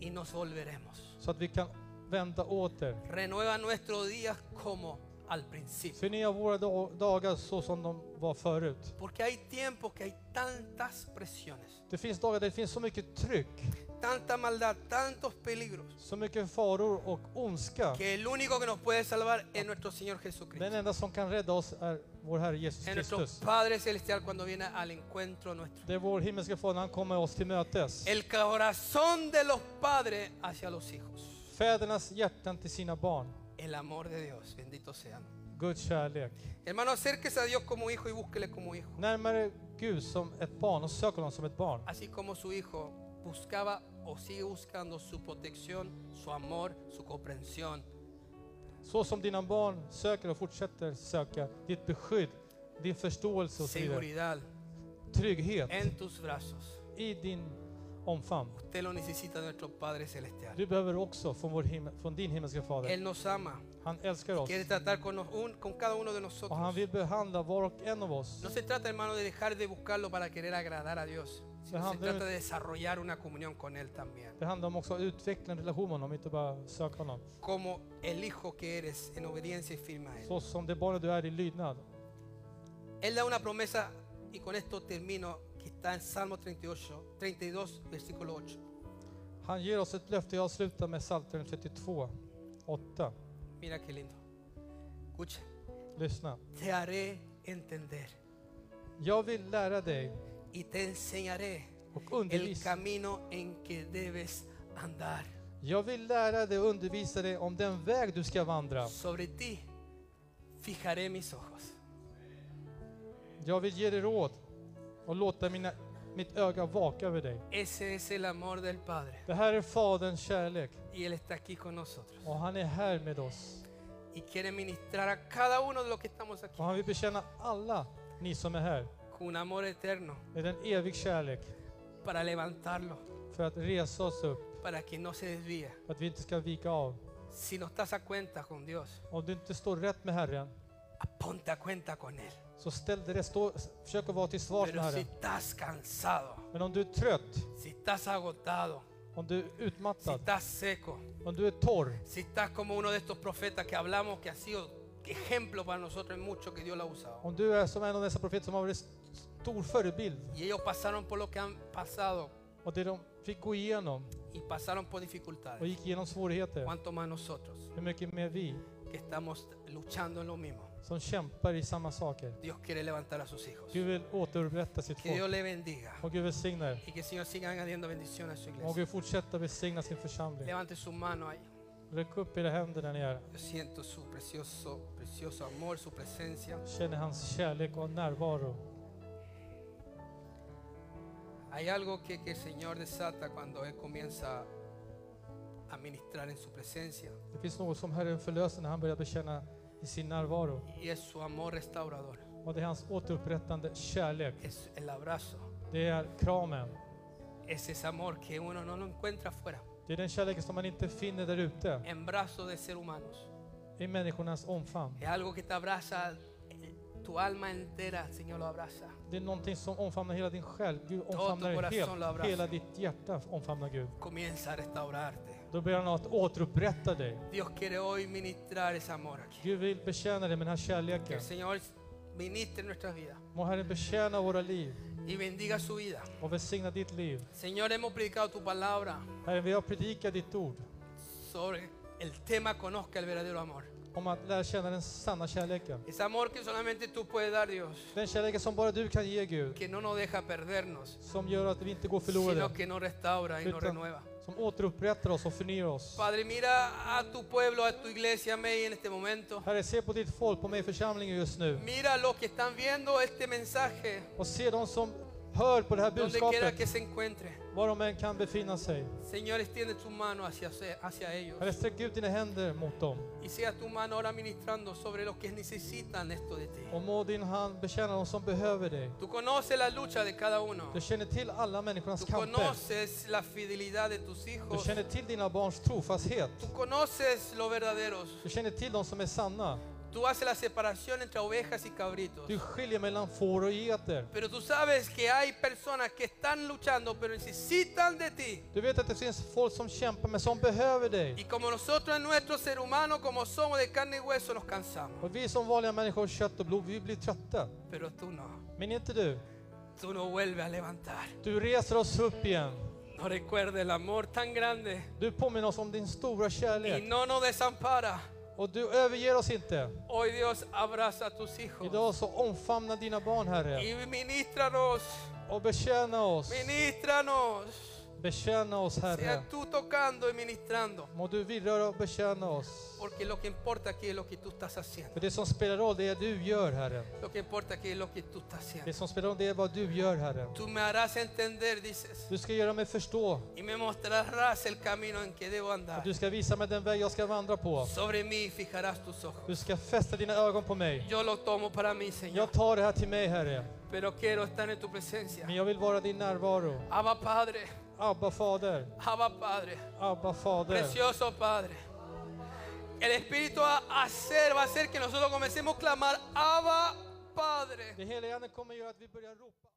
A: y nos volveremos.
B: så att vi kan vända åter.
A: Renueva nuestros días como al principio.
B: Förnya våra da- dagar så som de var förut.
A: Porque hay tiempos que hay tantas presiones,
B: Det finns dagar där det finns så mycket tryck,
A: tanta maldad, tantos peligros,
B: så mycket faror och ondska.
A: que el único que nos puede salvar es nuestro Señor Jesucristo.
B: Den enda som kan rädda oss är vår Herre Jesus
A: Es nuestro
B: Kristus.
A: Padre Celestial cuando viene al encuentro nuestro.
B: Det är vår himmelska far när han kommer oss till mötes.
A: El corazón de los padres hacia los hijos.
B: Fädernas hjärtan till sina barn.
A: El amor de Dios, bendito sean.
B: Guds kärlek.
A: Hermano, acérquese a Dios como hijo y búsquele como hijo.
B: Närmare Gud som ett barn och sök honom som ett barn.
A: Así como su hijo buscaba o sigue buscando su protección, su amor, su comprensión.
B: Så som dina barn söker och fortsätter söka ditt beskydd, din förståelse och så vidare.
A: seguridad
B: Trygghet
A: en tus brazos.
B: i din omfamn.
A: Usted lo necesita de nuestro Padre Celestial.
B: Du behöver också från, vår himmel, från din himmelska fader.
A: Él nos ama,
B: Han älskar oss
A: quiere tratar con, nos- un- con cada uno de
B: och han
A: nosotros.
B: vill behandla var och en av oss.
A: No se trata, hermano, de dejar de buscarlo para querer agradar a Dios. sino
B: Ajá,
A: se
B: debe-
A: trata de desarrollar una comunión con Él también.
B: Det handlar om också att utveckla en relation med honom, inte bara söka honom.
A: Como el hijo que eres en obediencia y firme a Él.
B: Så som det barnet du är i lydnad.
A: Él da una promesa, y con esto termino, que está en Salmo 38, 32, versículo 8.
B: Han ger oss ett löfte, jag slutar med Psaltaren 32, 8.
A: Mira qué lindo. Escucha,
B: Lyssna.
A: te haré entender
B: Jag vill lära dig
A: y te enseñaré
B: och
A: el
B: undervisa
A: camino en que debes andar.
B: Jag vill lära dig och undervisa dig om den väg du ska vandra.
A: Sobre ti fijaré mis ojos.
B: Jag vill ge dig råd och låta mina, mitt öga vaka över dig.
A: Ese es el amor del Padre
B: Det här är Faderns kärlek
A: y Él está aquí con nosotros
B: och han är här med oss.
A: y quiere ministrar a cada uno de los que estamos aquí
B: Och han vill betjäna alla ni som är här
A: con un amor eterno
B: med en evig kärlek
A: para levantarlo,
B: för att resa oss upp,
A: para que no se desvíe.
B: för att vi inte ska vika av.
A: Si no estás a cuenta con Dios,
B: Om du inte står rätt med Herren,
A: ponte a cuenta con Él.
B: så ställ dig rätt, stå, försök att vara till svars med
A: Pero si
B: Herren.
A: estás cansado,
B: Men om du är trött,
A: si estás agotado,
B: om du är
A: si
B: utmattad,
A: estás seco,
B: om du är torr,
A: si estás como uno de estos profetas que hablamos que ha sido ejemplo para nosotros en mucho que Dios lo ha usado.
B: om du är som en av dessa profeter som har varit stor förebild
A: Y ellos pasaron por lo que han pasado
B: Och det de fick gå igenom
A: y pasaron por
B: och
A: dificultades.
B: gick igenom svårigheter.
A: ¿Cuánto más nosotros
B: Hur mycket mer vi
A: que estamos luchando en lo mismo?
B: som kämpar i samma saker.
A: Dios quiere levantar a sus hijos.
B: Gud vill återupprätta sitt
A: Que Dios
B: folk.
A: le bendiga
B: Och Gud välsigna er.
A: y que el Señor siga añadiendo bendición a su
B: Och
A: iglesia.
B: Gud fortsätta välsigna sin församling.
A: Levante su mano ahí.
B: Räck upp era händer där ni är.
A: Yo siento su precioso, precioso amor, su presencia.
B: Känner hans kärlek och närvaro.
A: Hay algo que, que el Señor desata cuando Él comienza a ministrar en su presencia
B: Det finns något som Herren förlöser när han börjar bekänna i sin närvaro.
A: y es su amor restaurador,
B: Och det är hans återupprättande kärlek.
A: es el abrazo,
B: Det är kramen.
A: es ese amor que uno no lo encuentra afuera,
B: Det är den kärleken som man inte finner där ute
A: en brazos de ser humanos.
B: i människornas omfamn.
A: Es algo que te abraza, eh, tu alma entera, Señor, lo abraza.
B: Det är någonting som omfamnar hela din själ. Gud omfamnar
A: corazón
B: dig
A: lo
B: helt.
A: abraza.
B: Hela ditt hjärta omfamnar Gud.
A: Comienza a restaurarte.
B: Då ber han att återupprätta dig.
A: Dios quiere hoy ministrar ese amor aquí.
B: Gud vill betjäna dig med den här
A: Que
B: kärleken.
A: el Señor ministre nuestras vidas
B: Må Herren betjäna våra liv
A: y bendiga su vida.
B: och välsigna ditt liv.
A: Señor, hemos predicado tu palabra
B: Herre, vi har predikat ditt ord
A: sobre el tema conozca el verdadero amor.
B: om att lära känna den sanna kärleken.
A: Ese amor que solamente tú puedes dar, Dios,
B: Den kärleken som bara du kan ge Gud,
A: que no nos deja perdernos,
B: som gör att vi inte går
A: sino
B: förlorade,
A: que nos restaura y nos
B: Utan-
A: renueva.
B: som återupprättar oss och förnyar oss.
A: Padre, mira a tu pueblo, a tu iglesia, May, en este momento.
B: Herre, se på ditt folk, på mig i församlingen just nu
A: Mira a los que están viendo este mensaje,
B: och se de som hör på det här
A: donde quiera que
B: budskapet,
A: se encuentre.
B: var de än kan befinna sig.
A: Señor, extiende tu mano hacia, hacia ellos.
B: Herre, sträck ut dina händer mot dem
A: Y sea tu mano ahora ministrando sobre los que necesitan esto de ti.
B: och må din hand betjäna de som behöver dig.
A: Tú conoces la lucha de cada uno.
B: Du känner till alla människornas
A: Tú
B: kamper.
A: conoces la fidelidad de tus
B: Du
A: hijos.
B: känner till dina barns trofasthet.
A: Tú conoces los verdaderos.
B: Du känner till de som är sanna.
A: Tú haces la separación entre ovejas y cabritos.
B: Du skiljer mellan får och geter.
A: Pero tú sabes que hay personas que están luchando, pero necesitan de ti.
B: Du vet att det finns folk som kämpar men som behöver
A: Y
B: dig.
A: como nosotros en nuestro ser humano, como somos de carne y hueso, nos cansamos.
B: Och vi som vanliga människor av kött och blod, vi blir trötta.
A: Pero tú no.
B: Men inte du.
A: Tú no vuelves a levantar.
B: Du reser oss upp igen.
A: No recuerda el amor tan grande.
B: Du påminner oss om din stora
A: Y
B: kärlek.
A: no nos desampara.
B: Och du överger oss inte.
A: Hoy Dios abraza a tus hijos.
B: Idag så omfamna dina barn, Herre.
A: Y ministranos,
B: Och betjäna oss.
A: ministranos.
B: Betjäna oss, Herre.
A: Sea tú tocando y ministrando.
B: Må du vidröra och betjäna oss.
A: Porque lo que importa aquí es lo que tú estás haciendo.
B: För det som spelar roll, det är du gör, Herre.
A: Lo que importa aquí es lo que tú estás
B: Det
A: haciendo.
B: som spelar roll, det är vad du gör, Herre.
A: Tú me harás entender, dices.
B: Du ska göra mig förstå.
A: Y me mostrarás el camino en que debo andar.
B: Att du ska visa mig den väg jag ska vandra på.
A: Sobre mí fijarás tus ojos.
B: Du ska fästa dina ögon på mig.
A: Yo lo tomo para mí, Señor.
B: Jag tar det här till mig, Herre.
A: Pero quiero estar en tu presencia.
B: Men jag vill vara din närvaro.
A: Abba Padre,
B: Abba, Fader.
A: Abba Padre.
B: Abba, Fader.
A: Precioso Padre. El Espíritu va a hacer, va a hacer que nosotros comencemos a clamar, Abba Padre.
B: Det heliga Ande kommer göra att vi börjar ropa.